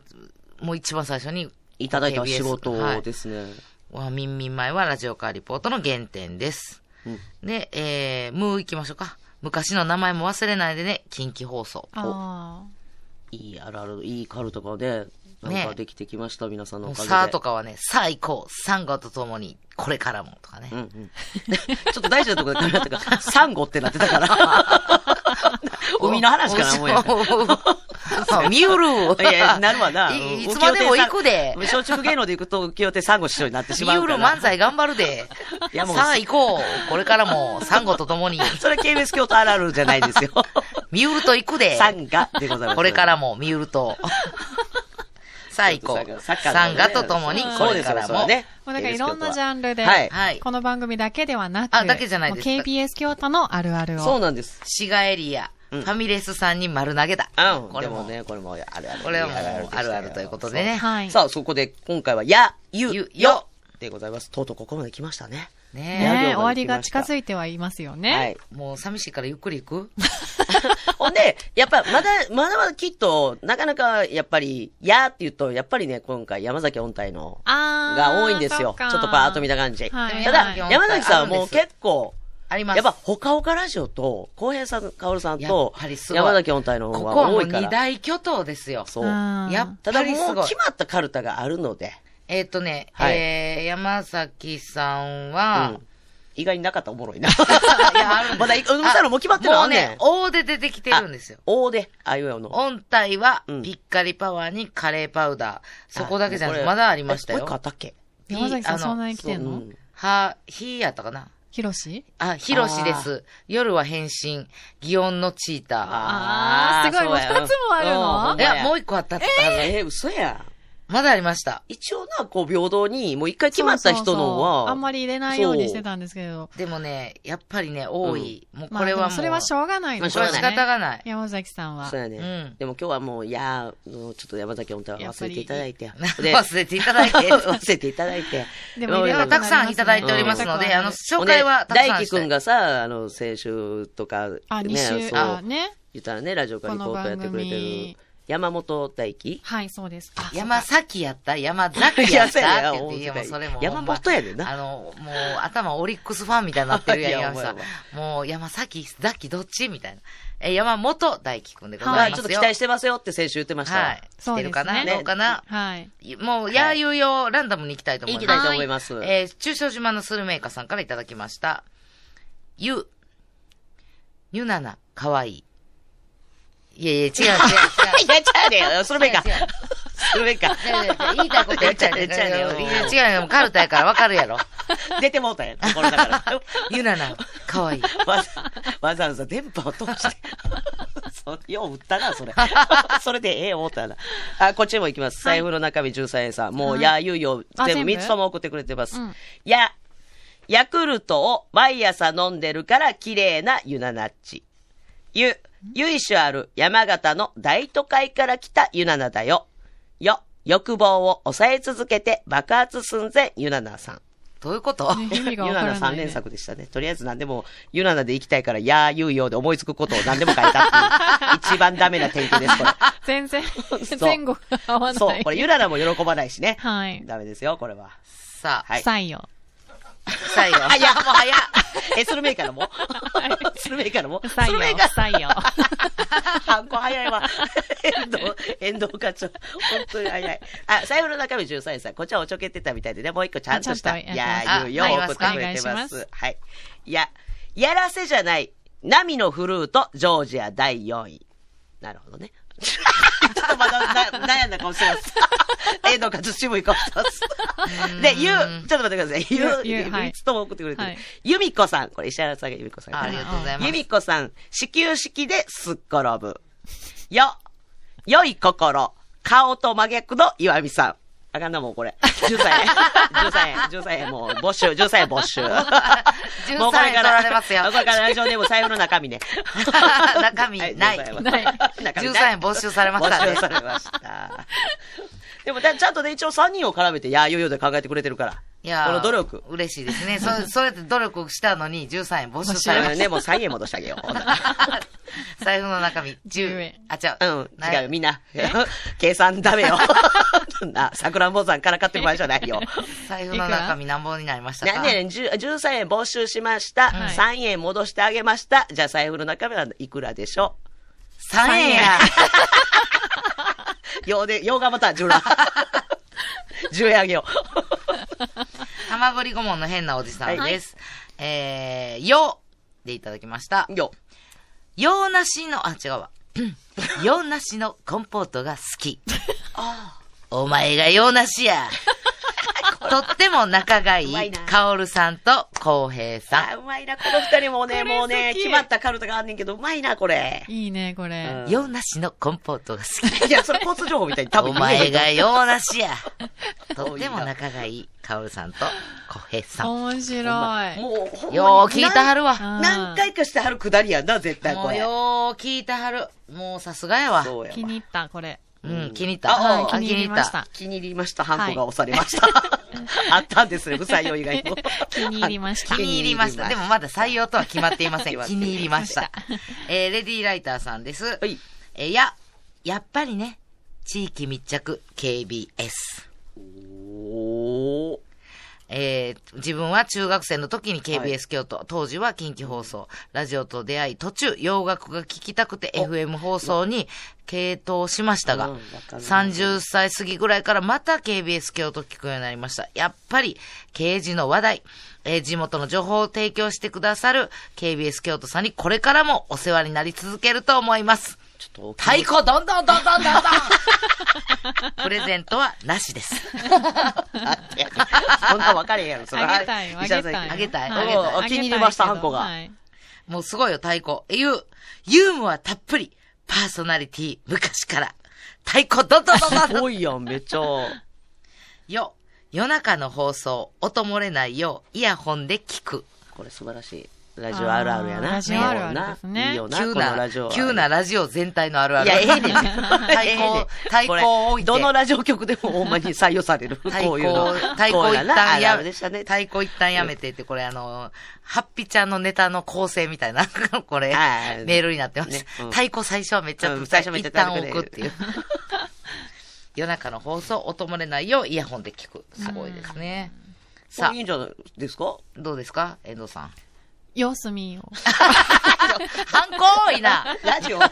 S1: もう一番最初に、
S3: いただいた
S1: KBS
S3: 仕事
S1: はい
S3: ですね。
S1: わみんみん前はラジオカーリポートの原点です。で、えー、ムー行きましょうか。昔の名前も忘れないでね、近畿放送。
S5: あ
S3: いいあるある、いいカルとかね、なんかできてきました、皆さんのお
S1: もう
S3: かげで。
S1: さあとかはね、さあ行こう、サンゴと共に、これ からもとかね。
S3: うんうん。ちょっと大事なところで考えたから、サンゴってなってたから。海の話かな、もうや。
S1: そう、見うる。
S3: いや、なるわ な。
S1: いいつまでも行くで。
S3: 小中芸能で行くと、清手サンゴ師匠になってしま
S1: 見
S3: う
S1: う
S3: か
S1: る
S3: ら。
S1: 漫才頑張るで。
S3: いやもう
S1: さあ行こう。これからも、サンゴと共に。
S3: それ KBS 京都あるあるじゃないですよ。
S1: 見うると行くで。
S3: サンガでございます。
S1: これからも、見うる と。さあ行こう。
S3: サッカーのね
S1: サンガと共に、こ
S3: そうで
S1: れ
S3: す
S1: か
S3: よ
S1: ら
S3: そう
S1: も。
S3: ね
S5: もうだからいろんなジャンルで、
S3: はい
S1: はい。
S5: この番組だけではなく、
S1: あだけじゃないです
S5: もう KBS 京都のあるあるを。
S3: そうなんです。
S1: シガエリア、
S3: うん
S1: ファミレスさんに丸投げだ。
S3: うん。
S1: こ
S3: こ
S1: れ
S3: れ
S1: も
S3: もね、これもあるある。
S1: これはもうあるあるということでね。
S5: はい。
S3: さあ、そこで今回は、や、ゆ
S1: ゆ、
S3: よでございます。とうとうここまで来ましたね。
S1: ね
S5: ね
S3: え
S5: え、終わりが近づいてはいますよね。
S3: はい。
S1: え。もう寂しいからゆっくり行く
S3: ほんで、やっぱ、まだ、まだまだきっと、なかなか、やっぱり、やって言うと、やっぱりね、今回、山崎音体の、
S5: あー
S3: が多いんです
S5: そ
S3: よ
S5: っ。
S3: ちょ
S5: か
S3: っとパーッと見た感じ。
S5: はい
S3: ただ、
S1: はい
S3: 山崎さんはもう結構、
S1: ありま
S3: や
S1: す。
S3: っぱ、ほかほかラジオと、浩平さん、かおるさん
S1: やっ
S3: と
S1: ぱり、すごい
S3: 山崎音体の
S1: こ
S3: 方
S1: こ
S3: が
S1: はも
S3: 多
S1: う
S3: いか
S1: 二
S3: ら。
S1: 大巨頭ですよ。
S3: そう。
S5: うん
S1: やった
S3: だ
S1: ぱ
S3: もう
S1: りすごい
S3: 決。まったカルタがあるので、
S1: えっとね、
S3: はい
S1: えー、山崎さん
S3: う
S1: は
S3: ん、意外になかったらおもろ いな。
S1: いやあるんです
S3: まだ、うんむさろもう決まってる
S1: も
S3: わ
S1: うね
S3: ね、。
S1: 大で出てきてるんですよ。
S3: 大で、あいうえおの。
S1: 音体は、
S3: うん
S1: ピッカリパワーにカレーパウダー。そこだけじゃなく
S3: あ
S1: て、
S3: これ
S1: まだありました
S3: え
S1: よ
S3: これ。片毛。
S5: 山崎さん
S1: いいあの
S5: そんなに来てん
S3: う
S5: の
S3: ん
S1: は、ひやったかな
S5: ヒロシ
S1: あ、ひろしです。夜は変身。祇園のチータ
S5: あーすご
S3: そ
S5: い
S3: うや
S5: もう二つもあるの
S3: う
S5: あ
S1: ー。
S3: ん
S1: いや、もう一個あったはず。
S3: えー、嘘やん。
S1: まだありました。
S3: 一応な、こう、平等に、もう一回決まった人の
S5: そうそうそう
S3: は。
S5: あんまり入れないようにしてたんですけど。
S1: でもね、やっぱりね、多い。もう
S5: まあ
S1: これは
S5: で
S1: もう。
S5: もそれはしょうがない
S3: まあ
S5: で
S3: し
S5: す
S1: こ
S3: ょう
S1: れ
S5: ね
S1: は
S3: がな
S1: 仕
S3: い
S1: 方がない。
S5: 山崎さんは
S3: そう。やね、
S1: うん
S3: でも今日はもう、いやー、もうちょっと山崎音太は忘れていただいて。で
S1: 忘れていただいて。
S3: 忘れていただいて。
S5: でも入れ
S1: でも
S5: なく
S1: たく
S5: なりますね
S1: さんいただいておりますの
S5: う
S1: で、
S5: ん
S1: あの、紹介はたくさん
S3: 大輝
S1: した
S3: く
S1: い
S3: んがさ、あの、先週とか、ね、
S5: あ、二週、
S3: そう
S5: あ、ね。
S3: 言ったらね、ラジオからリポートやってくれ
S5: この番
S3: てる
S5: 組、
S3: 山本大輝
S5: はい、そうです。あ
S1: 山
S5: そう
S1: 崎やった山崎やったって言って、
S3: い
S1: い
S3: や
S1: や
S3: そう
S1: もうそれ
S3: や
S1: も。
S3: 山本やでな
S1: あの、もう頭オリックスファンみたいになってるやん、
S3: いや
S1: 山本さ
S3: ほんまや
S1: ん。もう山崎、ザキどっちみたいな。え、山本大輝くんでご
S3: ま
S1: ざ
S3: あ
S1: いま
S3: ち
S1: すよ。
S3: ょっと期待してますよって先週言ってましたわ。
S1: はい。来てるか
S5: そ
S1: な
S5: うですね
S1: どうかな
S5: かはい。
S1: もう、やーゆうようランダムに行きたいと思い
S3: 行
S1: ます。
S3: きたいと思います。
S1: えー中小島のスルメイカさんからいただきました。ゆ、ゆなな、かわいい。いやいや、違う違う違う。
S3: い やっちゃうねそれべか
S1: 違う違う。
S3: それべ か。
S1: いやいやいや言いたいこと言っちゃうね。
S3: 言っちゃうね
S1: いや違うよ、もうカルタやからわかるやろ。
S3: 出てもうたやん。これだから。
S1: ゆなな、かわいい。
S3: わざわざわざ電波を通して。 そよう売ったな、それ。 それでええ思ったな。あ、こっちも行きます。財布の中身13円さん。もう、やゆうよ、
S5: あ
S3: 全部3
S5: 全部
S3: つとも送ってくれてます
S5: うん。
S3: や、ヤクルトを毎朝飲んでるから綺麗なゆななっち。ゆ、由緒ある山形の大都会から来たゆななだよ。よ、欲望を抑え続けて爆発寸前ゆななさん。
S1: どういうこと
S5: ね意
S3: ユ
S5: 味がわか
S3: ナナ
S5: らな
S3: 3
S5: いね。
S3: 連作でしたね。とりあえず何でも、ユナナで行きたいから、やー言うようで思いつくことを何でも書いたっていう、一番ダメな典型 です、これ。
S5: 全然
S3: そう、
S5: 前後が合わない。
S3: そう、これユナナも喜ばないしね。
S5: はい
S3: ダメですよ、これは。
S1: さあ、
S3: はい
S5: 不採用。
S1: 最後。
S3: あ、いや、もう早っ。 え、スルメイカのもスルメイカのも
S5: 不
S3: ス
S5: 採
S3: ルメイ
S5: 用、
S3: カ
S5: 不採用。
S3: ハンコ早いわ。遠藤、遠藤課長。本当に早い。あ、財布の中身13円さん。こっちはおちょけてたみたいでね、もう一個ちゃんとした。
S5: あちゃんと
S3: い
S5: や
S3: や
S1: ますあ
S3: ー、言うよ、
S5: って
S3: 送
S1: あ
S3: ってくれて
S5: お願いし
S3: ま
S5: ますす。
S3: はい。いや、やらせじゃない。波のフルート、ジョージア第4位。なるほどね。ちょっとまだな悩んだ顔してます。遠藤課長渋い顔してます。で、ゆう、ちょっと待ってください。ゆう、
S5: ゆ
S3: ゆ
S5: うはい
S3: 3つとも送ってくれて
S5: は
S3: る
S5: い。
S3: ゆみこさん。これ石原さんがゆみこさんか
S1: あ
S3: な。
S1: ありがとうございます
S3: ゆ。みこさん、始球式ですっ転ぶ。よ、良い心、顔と真逆の岩見さん。あかんな、もうこれ。13円。13円。13円、もう、没収、13円没収。 もうこ
S1: 取られますよ
S3: これからラジオでも財布の中身ね。
S1: 中身ない
S3: はい
S1: ない
S3: 中身
S1: 13円没収されましたね
S3: 没収されました。でも、だちゃんとね、一応3人を絡めて、いや、よいよで考えてくれてるから。
S1: いやー
S3: この努力。
S1: 嬉しいですね。そ、 そうやって努力したのに13円没収されまし
S3: ね、もう3円戻してあげよう。
S1: た。 財布の中身10
S5: 10
S1: 円
S5: 円。
S1: あ、違
S3: う
S1: う。
S3: ん、違うよ、みんな。 計算ダメよ。 そんな、桜んぼ山から買ってる場合じゃないよ。
S1: 財布の中身何本になりましたか
S3: なんでね、10 13円没収しました。
S5: はい
S3: 3円戻してあげました。じゃあ財布の中身はいくらでしょ
S1: ?3 円や。
S3: う ようで、よう頑張った、10ら。10円あげよ
S1: はまぐり顧問 の変なおじさんです。えー、よでいただきました
S3: う。。よ。
S1: 洋梨の、あ、違う わ。洋梨のコンポートが好き。お前が洋梨や。とっても仲がい
S3: まい
S1: い、
S3: な
S1: カオルさんとコウヘイさ
S3: あ、うまいな、この二人もね、
S5: これ
S3: もうね、
S5: 好き
S3: 決まったカルタがあんねんけど、うまいな、これ。
S5: いいね、これ。
S1: ん。洋梨のコンポートが好き。
S3: いや、それ交通情報みたいに多分
S1: お前が
S3: 言えへんと
S1: 洋梨 や。とっても仲がいい、カオルさんとコウヘイさん。
S5: 面白
S3: も
S5: い。
S3: う、ほんまに
S1: よう聞いたはるわ。
S5: うん
S3: 何何回かしてはるくだりやんな、絶対
S1: も
S3: こ
S1: う
S3: れ。
S1: よう聞いたはる。もうさすがやわ。
S3: そうやわ
S5: 気に入った、これ。
S1: うん、気に入った。
S3: あ
S5: はい気に入りました
S3: 気に入りました。ハンコが押されました。あったんですね、不採用以外も。
S5: 気に入りました
S1: 気に入りました。でもまだ採用とは決まっていません。
S3: 決まって
S1: 気
S3: いません。
S1: に入りました。えーレディーライターさんです。はいえーや、やっぱりね、地域密着 KBS。
S3: おー
S1: えー自分は中学生の時に
S3: はい
S1: KBS 京都、当時は近畿放送、ラジオと出会い、途中、洋楽が聴きたくて FM 放送に傾倒しましたが、
S3: うんわかる
S1: 30歳過ぎぐらいからまた KBS 京都聞くようになりました。やっぱり、刑事の話題、えー地元の情報を提供してくださる KBS 京都さんにこれからもお世話になり続けると思います。
S3: ちょっと、
S1: 太鼓どんどんどんどんどん どんプレゼントはなしです。
S3: そんな分かれへんやろ、それ。
S5: あげたいよ、あ
S3: 石田さ
S5: げた
S3: ん
S5: いよ。
S1: あげたい
S5: は
S1: あげたい
S5: あげたい
S3: 気に入りました
S5: けど
S3: ハンコが
S5: はい
S1: もうすごいよ、太鼓。え、ゆう、ユーモアたっぷり、パーソナリティ、昔から。太鼓、どんどんどんどん
S3: すごいやん、めっちゃ。
S1: よ、夜中の放送、音漏れないよう、イヤホンで聞く。
S3: これ素晴らしい。ラジオあるあるやな。
S5: あーラジオあるあるですね
S3: いいよな、こ
S1: 急
S3: の
S1: な
S3: ラジオ、。
S1: 急なラジオ全体のあるあ
S3: い
S1: る。
S3: や、ええ ね
S1: 太
S3: ん。
S1: 鼓、太
S3: こ
S1: 鼓
S3: れ
S1: を置いて。
S3: どのラジオ局でもほんまに採用される。
S1: 太
S3: こう
S1: 鼓
S3: いうの。、
S1: 太
S3: こ
S1: 鼓
S3: う
S1: 一
S3: やなあ
S1: 旦
S3: るあ
S1: や、
S3: るでしたね。
S1: 太鼓一旦やめてって、これあの、ハッピちゃんのネタの構成みたいな、 これ
S3: はい、
S1: メールになってます。
S3: ねうん
S1: 太鼓最初はめっちゃ、
S3: うん最初めっちゃ
S1: 一旦
S3: 叩く
S1: 置く
S3: ね
S1: っていう。 夜中の放送、音漏れないようイヤホンで聞く。すごいですね。さ
S3: さいいんじゃないですか
S1: あ、どうですか遠藤さん。
S5: 様子見を。
S1: 反抗多いな
S3: ラジオさ、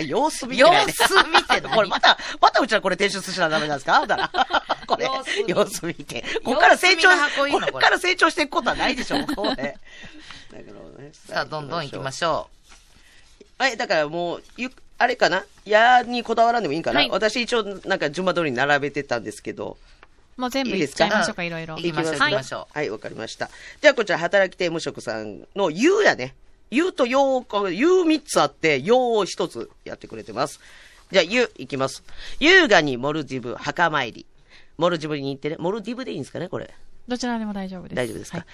S3: 様子見て
S1: 様
S3: ないね
S1: 子見ての
S3: これまた、またうちらこれ提出しなダメなんですかほ んならこれ
S1: 様子見、
S3: 様子見て。こっから成長
S1: 様子見の箱いいのこ
S3: こ
S1: れ
S3: れから成長していくことはないでしょ う、これ。だからね
S1: さあ、どんどん行きま
S3: ょ
S1: しょ
S3: う。はい、だからもう、ゆあれかなやにこだわらんでもいいんかな、
S5: はい
S3: 私一応なんか順番通りに並べてたんですけど。
S5: もう全部
S3: いい
S5: い
S3: で
S5: っ
S3: す
S5: ち
S3: か
S5: ゃいましょうか、いろいろ。
S1: 行きましょう
S5: はい
S1: 行きましょ
S3: はい、わかりました。ではこちら、働き手無職さんの U やね。U と陽を、こう U 三つあって、陽を一つやってくれてます。じゃあ U いきます。優雅にモルディブ墓参り。モルディブに行ってね。モルディブでいいんですかね、これ。
S5: どちらでも大丈夫です。
S3: 大丈夫ですか、
S5: はい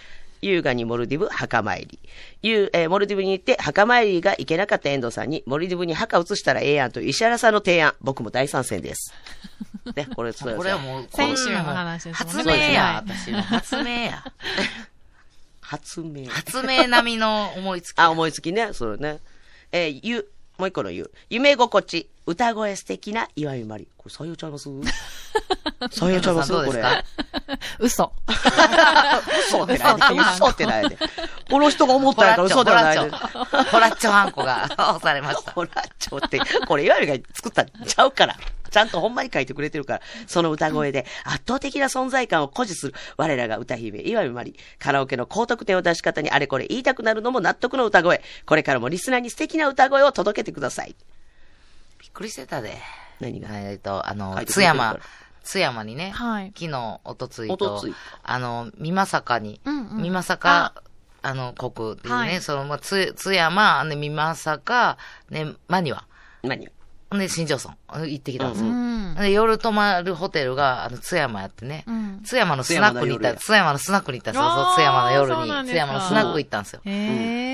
S3: 優雅にモルディブ墓参り。ゆえーモルディブに行って墓参りが行けなかった遠藤さんに、モルディブに墓移したらええやんという石原さんの提案。僕も大賛成です。ね、これ、そう
S1: う。
S3: です
S1: これはもう、
S5: 先週の話ですもんね
S1: 発明や、
S5: そ
S1: 私
S5: うで
S1: の発明や。
S3: 発明。
S1: 発明並みの思いつき。
S3: あ、思いつきね、それね。えーゆ、もう一個のゆ、夢心地、歌声素敵な岩井まり。これ採用ちゃいます 採用ちゃいます
S1: どうで
S3: こ
S1: す
S3: れ。
S1: か
S5: 嘘。
S3: 嘘ってないで。嘘ってないで。この人が思っ
S1: ホ
S3: たん
S1: ラ
S3: やから
S1: ッチョ、
S3: 嘘
S1: ホ
S3: では
S1: ラ
S3: な
S1: ッチ
S3: いで。
S1: ョ。 ホラッチョハンコが押されました。
S3: ホラッチョって、これ、いわゆるが作ったんちゃうから。ちゃんとほんまに書いてくれてるから、その歌声で圧倒的な存在感を誇示する我らが歌姫、岩見まり。カラオケの高得点を出し方にあれこれ言いたくなるのも納得の歌声。これからもリスナーに素敵な歌声を届けてください。
S1: びっくりしてたで。
S3: 何が
S1: えっと、あの
S3: 書、いてく
S1: 津
S3: れてるか
S1: 山
S3: ら、
S1: 津山にね、
S5: はい
S1: 昨日、おとつい
S3: おと
S1: と
S3: つい、
S1: あの、美まさかに、
S5: うんうん
S1: 美まさか、あの、国っていう
S5: は
S1: ね、
S5: い
S1: その、まあ、つ、津山、ね、美まさか、ね、マニワ、
S3: 何
S1: ね、新庄村、行ってきたんです
S3: う
S1: よ
S5: う。ん。
S1: で、夜泊まるホテルが、あの、津山やってね
S5: う。ん
S1: 津山のスナックに行った、津山のスナックに行ったんですよ。そう、
S5: あー
S1: 津山の夜
S5: そうなん
S1: に、
S5: で
S1: 津
S5: す
S1: 山
S5: か
S1: のスナック行ったんですよ。
S5: え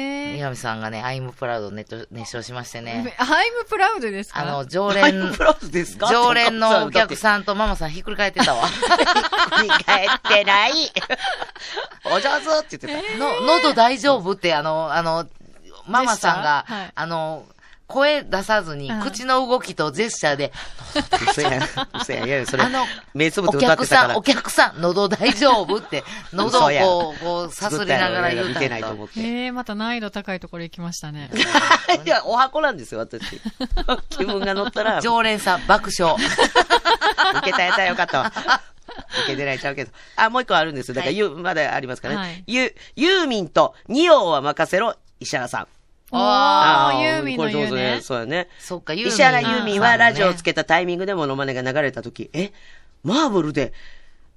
S5: ー。
S1: 南さんがね、アイムプラウドを熱唱熱唱しましてね、
S5: アイムプラウドですか
S1: あの、常
S3: タイム
S1: 連、
S3: プラスですか
S1: 常連のお客さんとママさんひっくり返ってたわ。
S3: ん。振り返っ てない。お上手って言って
S1: の、喉大丈夫って、あの、あの、ママさんが、
S5: ジェスチャーはい
S1: あの、声出さずに
S5: うん、
S1: 口の動きとジェスチャーで、
S3: た。嘘やん。嘘やん。いやいや、それ
S1: あの、
S3: 目つぶ
S1: お
S3: って歌っ
S1: 客
S3: てたか
S1: さん、
S3: ら
S1: お。客さん、喉大丈夫って、喉
S3: 嘘や
S1: をこ う、こう、さすりながら言う
S3: 見
S1: た
S3: て
S1: ん
S3: ないと
S1: や
S3: 思って。
S5: えー、また難易度高いところ行きましたね。
S3: いや、お箱なんですよ、私。気分が乗ったら、受
S1: 常連さん爆 笑。
S3: けたやったらよかったわ。 受けてないちゃうけど。あ、もう一個あるんですよ。だから、ゆ、まだありますか
S5: は
S3: ね
S5: い。
S3: ゆ、ユーミンと、二王は任せろ、石原さん。
S5: あ
S3: ー
S5: ーユーミンの言うね
S3: これ上手そうやね。
S1: そっか、
S3: 石原
S1: ユ
S3: ユ
S1: ー
S3: ー
S1: ミ
S3: ミ
S1: ン
S3: ン
S1: さんのね
S3: はラジオをつけたタイミングでモノマネが流れた時、え、マーブルで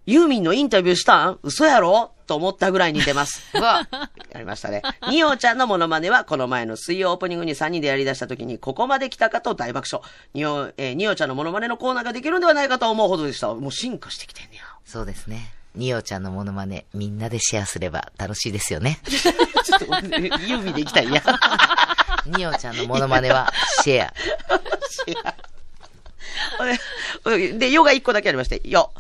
S3: ユーミンのインタビューしたん嘘やろと思ったぐらい似てます。
S1: うわ、
S3: ありましたね。ニオちゃんのモノマネは、この前の水曜オープニングに3人でやり出した時に、ここまで来たかと大爆笑。ニオ、えーニオちゃんのモノマネのコーナーができるんではないかと思うほどでした。もう進化してきてんねや。
S1: そうですね。ニオちゃんのモノマネ、みんなでシェアすれば楽しいですよね。
S3: ちょっと、指で行きたい。いや。
S1: ニオちゃんのモノマネ はシェア。
S3: で、ヨが1個だけありまして、ヨ。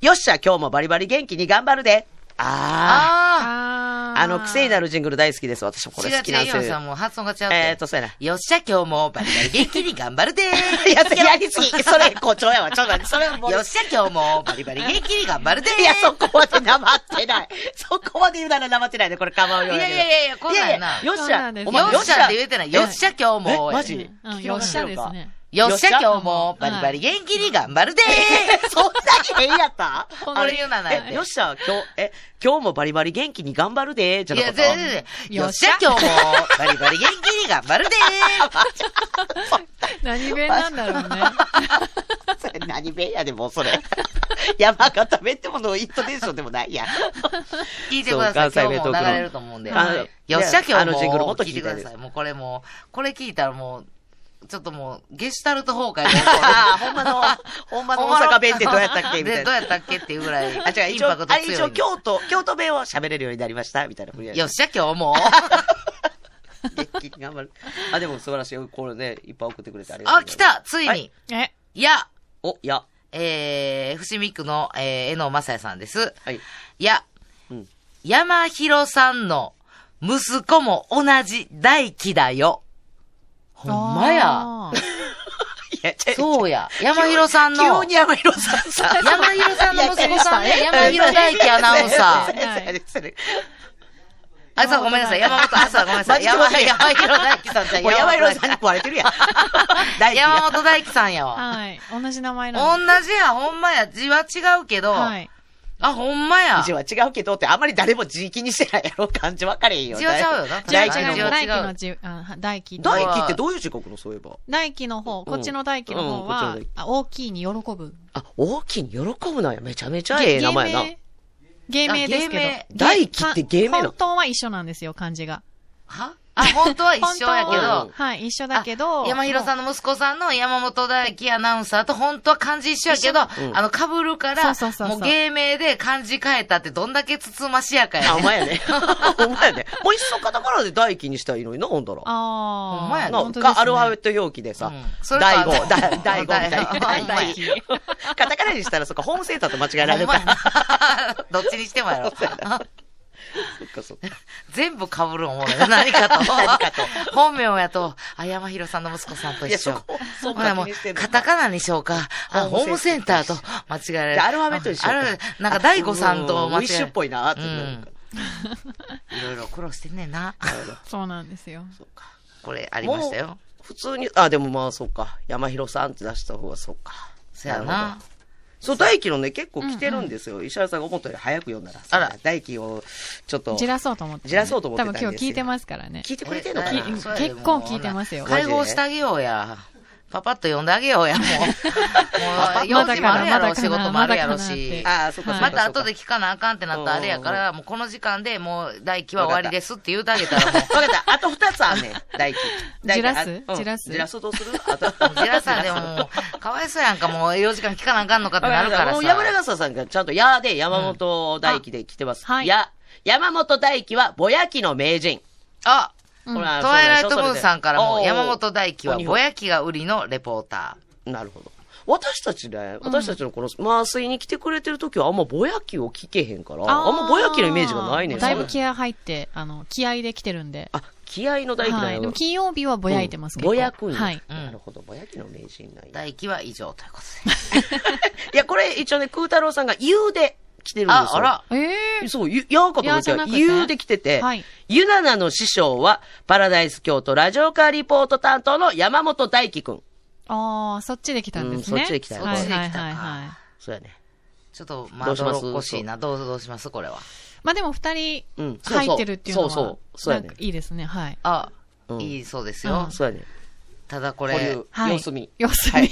S3: よっしゃ、今日もバリバリ元気に頑張るで。あ
S1: あ
S3: あ。
S5: あ
S3: あの、癖になるジングル大好きです。私も
S1: あ
S3: こ
S1: 違
S3: れ
S1: う
S3: 好きなん
S1: 違う、
S3: で
S1: イ
S3: す
S1: オ
S3: よ。
S1: ンさんも発音が違って。
S3: えーっと、そうやな。
S1: よっしゃ、今日もバリバリ元気に頑張るでー
S3: いや、 やりすぎ。それ、誇張やわ。ちょっと待って、それはもう
S1: よっしゃ、今日もバリバリ元気に頑張るでー
S3: いや、そこまで黙ってない。そこまで言うなら黙ってないで、これ構うようだけど
S1: いやいやいやこんなんやない
S3: やいやよっ
S5: そう
S3: し
S5: な
S3: ゃ
S5: んで、す
S3: お前
S1: よっしゃって言えてないよっしゃ今日も
S3: えマジ
S5: うんよっしゃですね。
S1: よっしゃ、今日もバリバリ元気に頑張るでー
S3: そんなに変やった
S5: こん
S1: あれ言うななん
S3: え、
S1: て。
S3: よっしゃ、今日、え、今日もバリバリ元気に頑張るで、じゃ
S1: い
S3: な
S1: や
S3: か、っ
S1: 全
S3: た
S1: 然全然。よっしゃ、今日も バリバリ元気に頑張るで
S5: 何弁なんだろう ね。
S3: それ何弁やでもうそれ。 山形弁ってものイントネーションでもな いやん。
S1: ー聞いてください。
S3: そ
S1: 今
S3: う関西弁
S1: 日も流れると思うんで。
S3: あの
S1: はいよっしゃ、今日
S3: あのジングルも
S1: も
S3: っと
S1: 聞
S3: 聞
S1: い
S3: い
S1: て
S3: て
S1: く
S3: くだ
S1: だ
S3: さい
S1: さい。もうこれもう、これ聞いたらもう、ちょっともう、ゲシュタルト崩壊が 起こ
S3: ああ、ほんまの、 ほんま
S1: る。
S3: の大阪弁ってどうや ったっけみた
S1: で
S3: い
S1: どう
S3: な。
S1: やったっけっていうぐらい、
S3: あ、違う、
S1: イン
S3: 一
S1: パク
S3: 応、
S1: ト
S3: あ
S1: 強いんで
S3: れ
S1: す。
S3: 一応京都、京都弁を喋れるようになり ましたみたいな。
S1: よっしゃ、今日も。
S3: 元気に頑張る。あ、でも素晴らしい。これね、いっぱい送ってくれてありがとう
S1: あ、
S3: ご
S1: 来
S3: ざいます。
S1: たつい
S3: は
S1: に
S3: い。
S5: え、
S1: いや、
S3: お、いや。
S1: えー、伏見区の、えー、江野正也さんです。
S3: はい。
S1: いや、
S3: うん
S1: 山広さんの息子も同じ大輝だよ。ほんまや。
S5: あ
S3: いや、ちょ
S1: そうや。山広さんの、
S3: 急
S1: 山
S3: に山広さんさ。
S1: 広さんの息子さんね、
S3: いや
S1: 山広大輝アナウン サー。
S3: ー。
S1: あ、そう、ごめんなさい。山本、あ、そう、ごめんな さい。
S3: マ
S1: 山
S3: ジでごめん
S1: 山広大輝さんじゃん
S3: もう山広さんに食われてるやん。大
S1: 山
S3: 輝
S1: 本大輝さんや
S5: ー
S1: わ。
S5: はい。同じ名前
S1: 同
S5: なんで
S1: じや、ほんまや。字は違うけど、
S5: す。はい。
S1: あ、ほんまや
S3: や。。字は違うけどって、あんまり誰も字気にしてないやろ。漢字分かれへんよ。
S1: 字はちゃうよな
S3: 大
S5: 大
S3: 輝の
S5: 輝の
S1: 違う違
S3: 方
S1: う
S5: 大輝の字、あは大輝
S3: 大
S5: の。
S3: 輝ってどういう字書くのそういえば。
S5: 大輝の方、こっちの大輝の
S3: うんこ
S5: 方
S3: っ
S5: は
S3: ちの大輝、
S5: あ大きいに喜ぶ。
S3: あ、大輝に喜ぶなや。めちゃめちゃええ名前やな。
S5: 芸名。芸名です
S1: あ芸
S5: け
S1: 名
S5: ど。
S3: 大輝って芸名なの
S5: 本当は一緒なんですよ、漢字が。
S1: はあ、本当は一緒やけ
S5: 本当は
S1: ど、
S5: はい、一緒だけど。
S1: あ山広さんの息子さんの山本大輝アナウンサーと本当は漢字一緒やけど、
S3: 緒うん
S1: あの、被るから、
S5: そうそうそうそう
S1: もう芸名で漢字変えたってどんだけつつましやかや
S3: あ、お
S1: ねん。
S3: 前や ね。 お前やね。もういっそカタカナで大輝にしたらいいのにな、ほんだら。
S5: ああ。
S1: ほんまやな
S3: の、
S5: 本当ですね
S3: か、アルファベット表記で
S1: う
S3: さ
S1: ん、それか
S3: 第五
S1: あの
S3: だ第五みたい
S1: ほん
S3: な。
S1: まや
S3: 第一カタカナにしたら、そっか、ホームセンターと間違えられ
S1: ほ
S3: る
S1: んま
S3: か
S1: や な
S3: ら。
S1: どっちにしてもやろ。
S3: そっか、そっか。
S1: 全部被る思うよ。何か と。本名やと、あ、山広さんの息子さんと
S3: いや、
S1: 一
S3: そ
S1: 緒。
S3: こ、そこ
S1: ほらも
S3: 気
S1: う
S3: にしてん、の
S1: カタカナにしようか。あ、ホ
S3: ホ
S1: ー
S3: ー
S1: ム
S3: ム
S1: セ
S3: セ
S1: ン
S3: ン
S1: タ
S3: タ
S1: ー
S3: ー
S1: と
S3: と
S1: 間違えられ
S3: で
S1: る。
S3: アルファベットにしようか
S1: ああなんか、大悟さんと間
S3: うんウ
S1: 違
S3: ィッ
S1: え
S3: シュっぽいなってなるか
S1: うんいろいろ苦労してんねんな。
S5: そうなんですよ。
S1: これありましたよ。
S3: 普通に、あ、でもまあ、そっか。山広さんって出した方が、そっか。
S1: そや
S3: なるほ
S1: な
S3: ど。そう、大輝のね、結構来てるんですよ。石原さんが思ったより早く読んだら。
S1: あら
S3: 大輝を、ちょっと。
S5: じらそうと思って。
S3: じらそうと思ってた
S5: 多
S3: んで
S5: 分
S3: すよ
S5: 今日聞いてますからね。
S3: 聞いてくれてんのかな
S1: え
S5: き結構聞いてますよ
S1: 解放してあげようや。パパッと呼んであげようや、もう。もう、用事もあるやろ、仕事もあるやろし。
S3: ああ、そっか、そっか。
S1: また後
S3: そっ
S1: で
S3: か。
S1: 聞かなあかんってなったらあれやから、もうこの時間でもう、大輝は終わりですって言うてあげたらもう。
S3: わかった。あと二つあんねん。大輝。大輝
S5: じらす
S3: あうん
S5: じらす
S3: じらすど うするあ と。
S1: ジラさんでも、かわいそうやんか、もう4時間聞かなあかんのかってなるから
S3: も
S1: さ
S3: う。山中さんがちゃんと、やで山本大輝で来てます。
S5: うんあはい
S3: や、山本大輝はぼやきの名人。
S1: あ、
S5: うん
S3: ほ
S1: ト
S3: らそう
S1: ワイ
S3: な
S1: ラ
S3: んで
S1: イ
S3: しょ
S1: トムーンさんからも、
S3: それで
S1: 山本大輝は
S3: おー
S1: ぼやきが売りのレポータ
S3: なるほど。私たちね、私たちのこの麻酔に来てくれてる時はあんまぼやきを聞けへんから、あんまぼやきのイメージがないねん。
S5: だいぶ気合入って、あの、気合で来てるんで。
S3: あ、気合の大輝
S5: は
S3: だ
S5: い。
S3: よ。
S5: でも金曜日はぼやいてますけど。
S3: ぼやくんや
S5: はい。
S1: ん
S3: なるほど、ぼやきの名人なん
S1: ー。
S3: や。
S1: 大輝は以上ということで。
S3: いや、これ一応ね、空太郎さんが言うで来てるんですよ。
S1: あ、あら。
S5: ええ
S3: そう、ゆ、やーかと思った
S5: やーじゃな
S3: ら、
S5: くて
S3: ゆうで来てて、
S5: はい
S3: ゆななの師匠は、パラダイス京都ラジオカーリポート担当の山本大輝くん。
S5: ああ、そっちで来たんです
S3: うん
S5: ね。
S3: そっちで来たよ
S5: はいはい
S1: そっ
S5: はい
S1: ちで来た
S5: はい。
S1: か
S3: そうやね。
S1: ちょっと、まど
S3: どうします
S1: ろっこしいな。どう、どうしますこれは。
S5: まあでも二人
S3: うんそうそう
S5: 入ってるっていうのは、
S3: そうそうそうやね
S5: なんかいいですね。はい。
S1: あ、いいそうですよ。
S3: そうやね。
S1: ただこ
S3: こうい
S1: れ
S3: う、
S5: はい
S3: 様子見。
S5: 様子見
S3: はい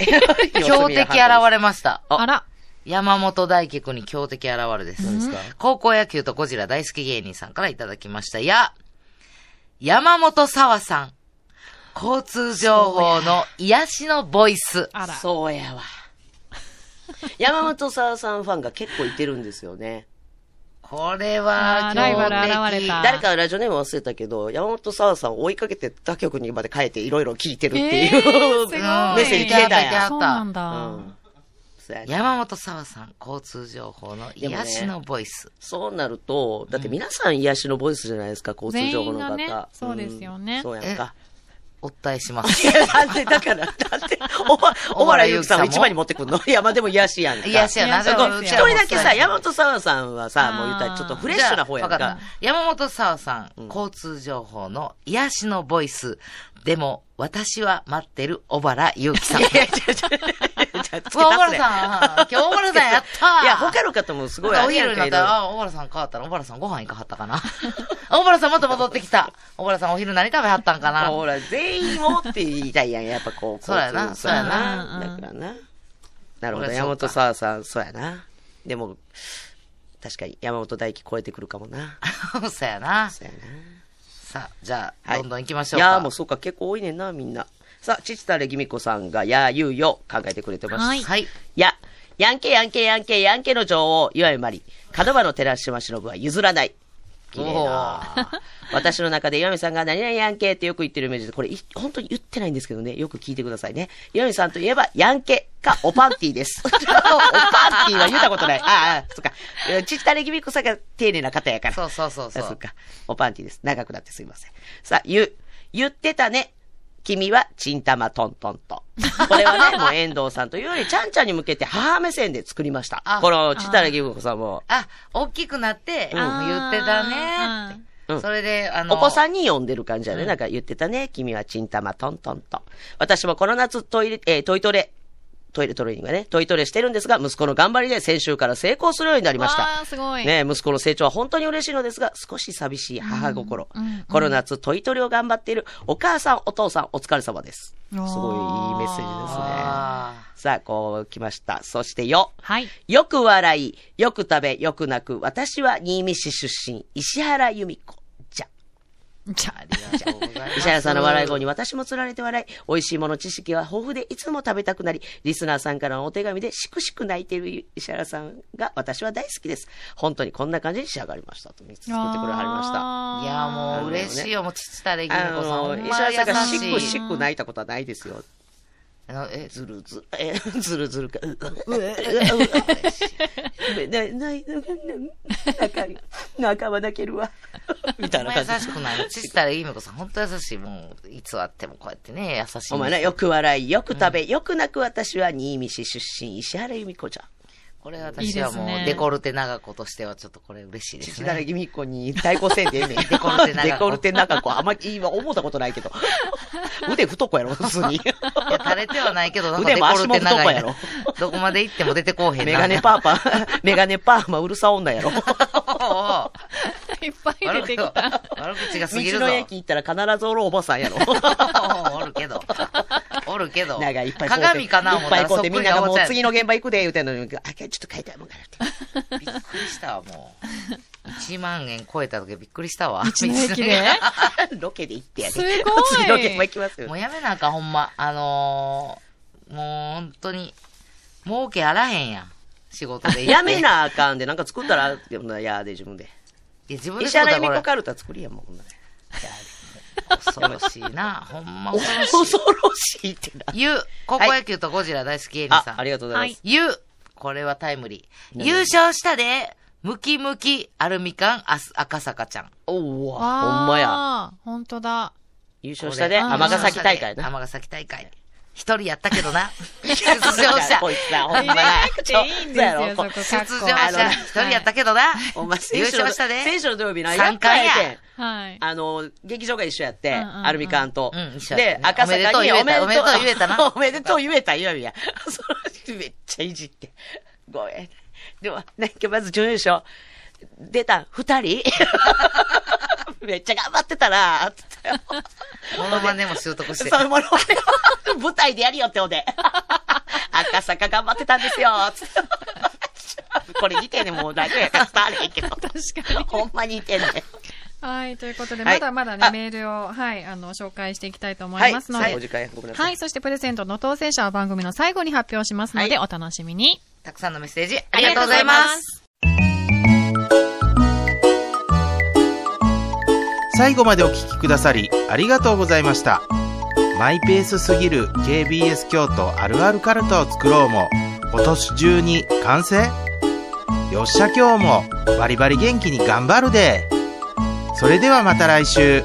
S1: 強敵現れました。
S5: あら。
S1: 山本大輝くんに強敵現るです。高校野球とゴジラ大好き芸人さんからいただきました。や、山本沢さん。交通情報の癒しのボイス。
S5: あら。
S3: そうやわ。山本沢さんファンが結構いてるんですよね。
S1: これは
S5: あー、
S1: 強敵
S5: ライバル現れた
S3: 誰かラジオネーム忘れたけど、山本沢さんを追いかけて他局にまで変えていろいろ聞いてるっていう。
S5: すごい
S3: メッセージ消えたんや
S5: そうなんだ。
S3: うんそうやね
S1: 山本沢さん、交通情報の癒しのボイス。
S3: そうなると、だって皆さん癒しのボイスじゃないですか、交通情報の方。
S5: 全員がねそうですよね
S3: んそうやんか。
S1: お伝えします。
S3: なんで、だから、だって、おば、小原ゆうきさんを一番に持ってくんのいや、まあでも癒しやんか。
S1: 癒しやな。
S5: い
S1: で
S5: や
S1: も
S5: そう
S1: う
S5: で
S1: ち
S5: す
S3: 一
S1: らも
S5: よ
S3: 人だけさ、
S1: そうや
S3: 山本沢さんはさ、
S5: あー
S3: もう言ったらちょっとフレッシュな方やん
S1: じゃあわ
S3: か
S1: っ。た山本沢さん、交通情報の癒しのボイス。でも、私は待ってる小原祐樹さん。
S3: いや、ちょ、ちょ、ちょ、 ちょ、つけ足すね
S1: 小原さん、今日小原さんやった
S3: いや、他の方もすごい
S1: なんか
S3: あ
S1: お
S3: れや
S1: 昼
S3: ん
S1: に
S3: か
S1: なった
S3: いろいろ
S1: ら、あ、小原さん変わったら、小原さんご飯行かはったかな。 あ小原さんまた戻ってきた。小原さんお昼何食べはったんかな。
S3: ほら、全員をって言いたいやん、やっぱこう。
S1: そうやな
S3: 交通そうや
S5: そうや
S3: な。
S5: な
S3: だからな。なるほ
S1: こ
S3: ど、
S1: れ
S3: 山
S1: そうか
S3: 本沢さん、そうやな。でも、確かに山本大輝超えてくるかもな。
S1: そうやな。
S3: そうやな。
S1: さあ、じゃあ、
S3: はい
S1: どんどん行きましょう
S3: い
S1: か。
S3: やーもうそうか、結構多いねんな、みんな。さあ、父たれぎみこさんが、やーゆうよ、考えてくれてます。
S5: はい
S1: はい。
S3: や、ヤンケヤンケヤンケヤンケの女王、岩井まり。角場の寺島忍は譲らない。綺麗な。私の中で岩見さんが何々ヤンケってよく言ってるイメージで、これい本当に言ってないんですけどね、よく聞いてくださいね。岩見さんといえばヤンケかおパンティーです。おパンティーは言ったことない。ああ、そっか。えちったれ気味こさが丁寧な方やから。
S1: そうそうそうそ
S3: あそうっ。か。おパンティです。長くなってすいません。さあ、言う、言ってたね。君は、チンタマトントンと。こ れはね、もう遠藤さんというより、ちゃんちゃんに向けて母目線で作りました
S1: あ。
S3: この、ちたらぎぶこさんも、
S1: あ、大きくなって、言ってたねって。
S3: うん
S1: それで、あの、
S3: お子さんに呼んでる感じだね。なんか言ってたね。君はチンタマトントンと。私もこの夏トイレ、えートイトレ、トイレトレーニングはね、トイトレしてるんですが、息子の頑張りで先週から成功するようになりました。
S5: わーすごい。
S3: ねえ、息子の成長は本当に嬉しいのですが、少し寂しい母心。この夏、トイトレを頑張っているお母さん、お父さん、お疲れ様です。すごいいいメッセージですね。
S1: あ
S3: さあ、こう来ました。そしてよ。
S5: はい。
S3: よく笑い、よく食べ、よく泣く。私は新見市出身、石原由美子。じゃ。
S5: じゃ
S1: ー
S5: あ、
S1: ありがとうございます。
S3: 石原さんの笑い声に私もつられて笑い、美味しいもの知識は豊富でいつも食べたくなり、リスナーさんからのお手紙でしくしく泣いている石原さんが私は大好きです。本当にこんな感じに仕上がりました。と、作ってくれはりました。
S1: いや、もう嬉しいよ。もう、父たれぎみこさん。ほ
S3: あの、
S1: んま
S3: 石原さんが
S1: 優
S3: しく
S1: し
S3: し
S1: い。
S3: く泣いたことはないですよ。
S1: あの、え、
S3: ずるずる、え、ずるずるか、うううううううな、な、な、中、中は泣けるわ。みた
S1: ほ
S3: い
S1: ん
S3: な
S1: ま
S3: 感じ
S1: 優。しくない。父たれぎみこさん、ほんと優しい。もう、いつあってもこうやってね、優しい。
S3: お前な、よく笑い、よく食べ、よく泣く私は新見市出身、石原由美子ちゃん。
S1: これ私はも
S5: いいですね
S1: う、デコルテ長子としては、ちょっとこれ嬉しいです
S3: 石原
S1: ね。
S3: 由美子に対抗せんでええねん。デ
S1: コルテ長子
S3: デコルテ長子。あんまり今思ったことないけど。腕太子やろ、普通に。
S1: いや、垂れてはないけど、なんか
S3: 腕
S1: デ
S3: も
S1: コル
S3: 足も
S1: テ
S3: 太
S1: 長
S3: 子
S1: い
S3: やろ
S1: な。どこまで行っても出てこうへんな。
S3: メガネパーパー、 メガネパーマうるさ女やろ。
S1: おう
S5: いっぱい
S1: おう悪
S5: 出て
S1: 口
S5: きた。
S1: 悪口が過ぎる
S3: 道
S1: ぞ
S3: の。駅行ったら必ずおるおばさんやろ。
S1: おうおるけど。おるけど。
S3: なんかいっぱい買うて
S1: 鏡かな思っ
S3: いっぱ
S1: た
S3: い
S1: らそう
S3: こ
S1: っ
S3: って
S1: く
S3: みん
S1: り
S3: な
S1: が
S3: がも
S1: お
S3: う
S1: ちゃう。
S3: 次の現場行くで言うてんのに、あ、ちょっと買いたいもんからっ
S1: び
S3: て。
S1: っくりしたわ、もう。1万円超えた時びっくりしたわ。
S5: 道の駅で
S3: ロケで行ってやです
S5: ごい
S3: 次の現場行きます
S1: も
S3: よ。
S1: うやめなあかん、ほんま。あのー、もう本当に、儲けあらへんやん。仕事で行って
S3: やめ。なあかんで、なんか作ったら、でもなやで自分で。
S1: いや、自分で
S3: 石原由
S1: こ
S3: 美
S1: れ
S3: 子カルタ作りやもん。ほんなら
S1: 恐ろしいな。ほんま恐ろしい。
S3: 恐ろしいってな。
S1: ゆう、高校野球とゴジラ大好き芸人さ
S3: あ、
S1: ん。
S3: ありがとうございます。
S1: ゆう、これはタイムリー。優勝したで、ムキムキ、アルミ缶、あす赤坂ちゃん。
S3: おうわ、
S5: わー
S3: ほんまや。。
S5: ほんとだ。
S3: 優勝したで、
S1: これ
S3: 尼崎大会な。
S1: 尼崎大会。一人やったけどな。出場者。
S3: こいつな、ほんまな
S5: 入れなくていい
S3: そ
S5: んです
S3: うや
S5: よ、そ
S3: ろ
S5: こ。
S1: 出場
S3: あの
S1: 者。一人やったけどな。
S3: お前、選
S1: 優
S3: 手の、
S1: 勝したで。
S3: 選手の土曜日な、
S1: 三冠や
S3: やっぱりね
S5: はい。
S3: あの、劇場が一緒やって、
S5: んうんうん
S3: アルミ缶と。
S1: うん一緒やった
S3: で
S1: ね、
S3: 赤坂に
S1: おめでとう言えたおめでとう言えたな
S3: おめでとう言えた、岩見や。それめっちゃいじって。ごめん。でも、なんかまず準優勝。出た、二人 めっちゃ頑張ってたな ー、つって。
S1: モノマネも習得して。
S3: そう、もう、舞台でやるよってほんで。 赤坂頑張ってたんですよ、つって。 これ似てんねんもう大 丈夫やから伝われへんけど。確
S5: かに
S3: ほんまに似てんねん。
S5: はい、ということで、
S3: はい
S5: まだまだ
S3: あ
S5: ね、メールを、はい、あの、紹介していきたいと思いますの
S3: はい、お時
S5: で。
S3: 間ごめんなさい。
S5: はい、そしてプレゼントの当選者は番組の最後に発表しますので、お楽しみに。
S1: たくさんのメッセージありがとうございます。
S2: 最後までお聞きくださりありがとうございましたマイペースすぎる KBS 京都あるあるカルタを作ろうも今年中に完成よっしゃ今日もバリバリ元気に頑張るでそれではまた来週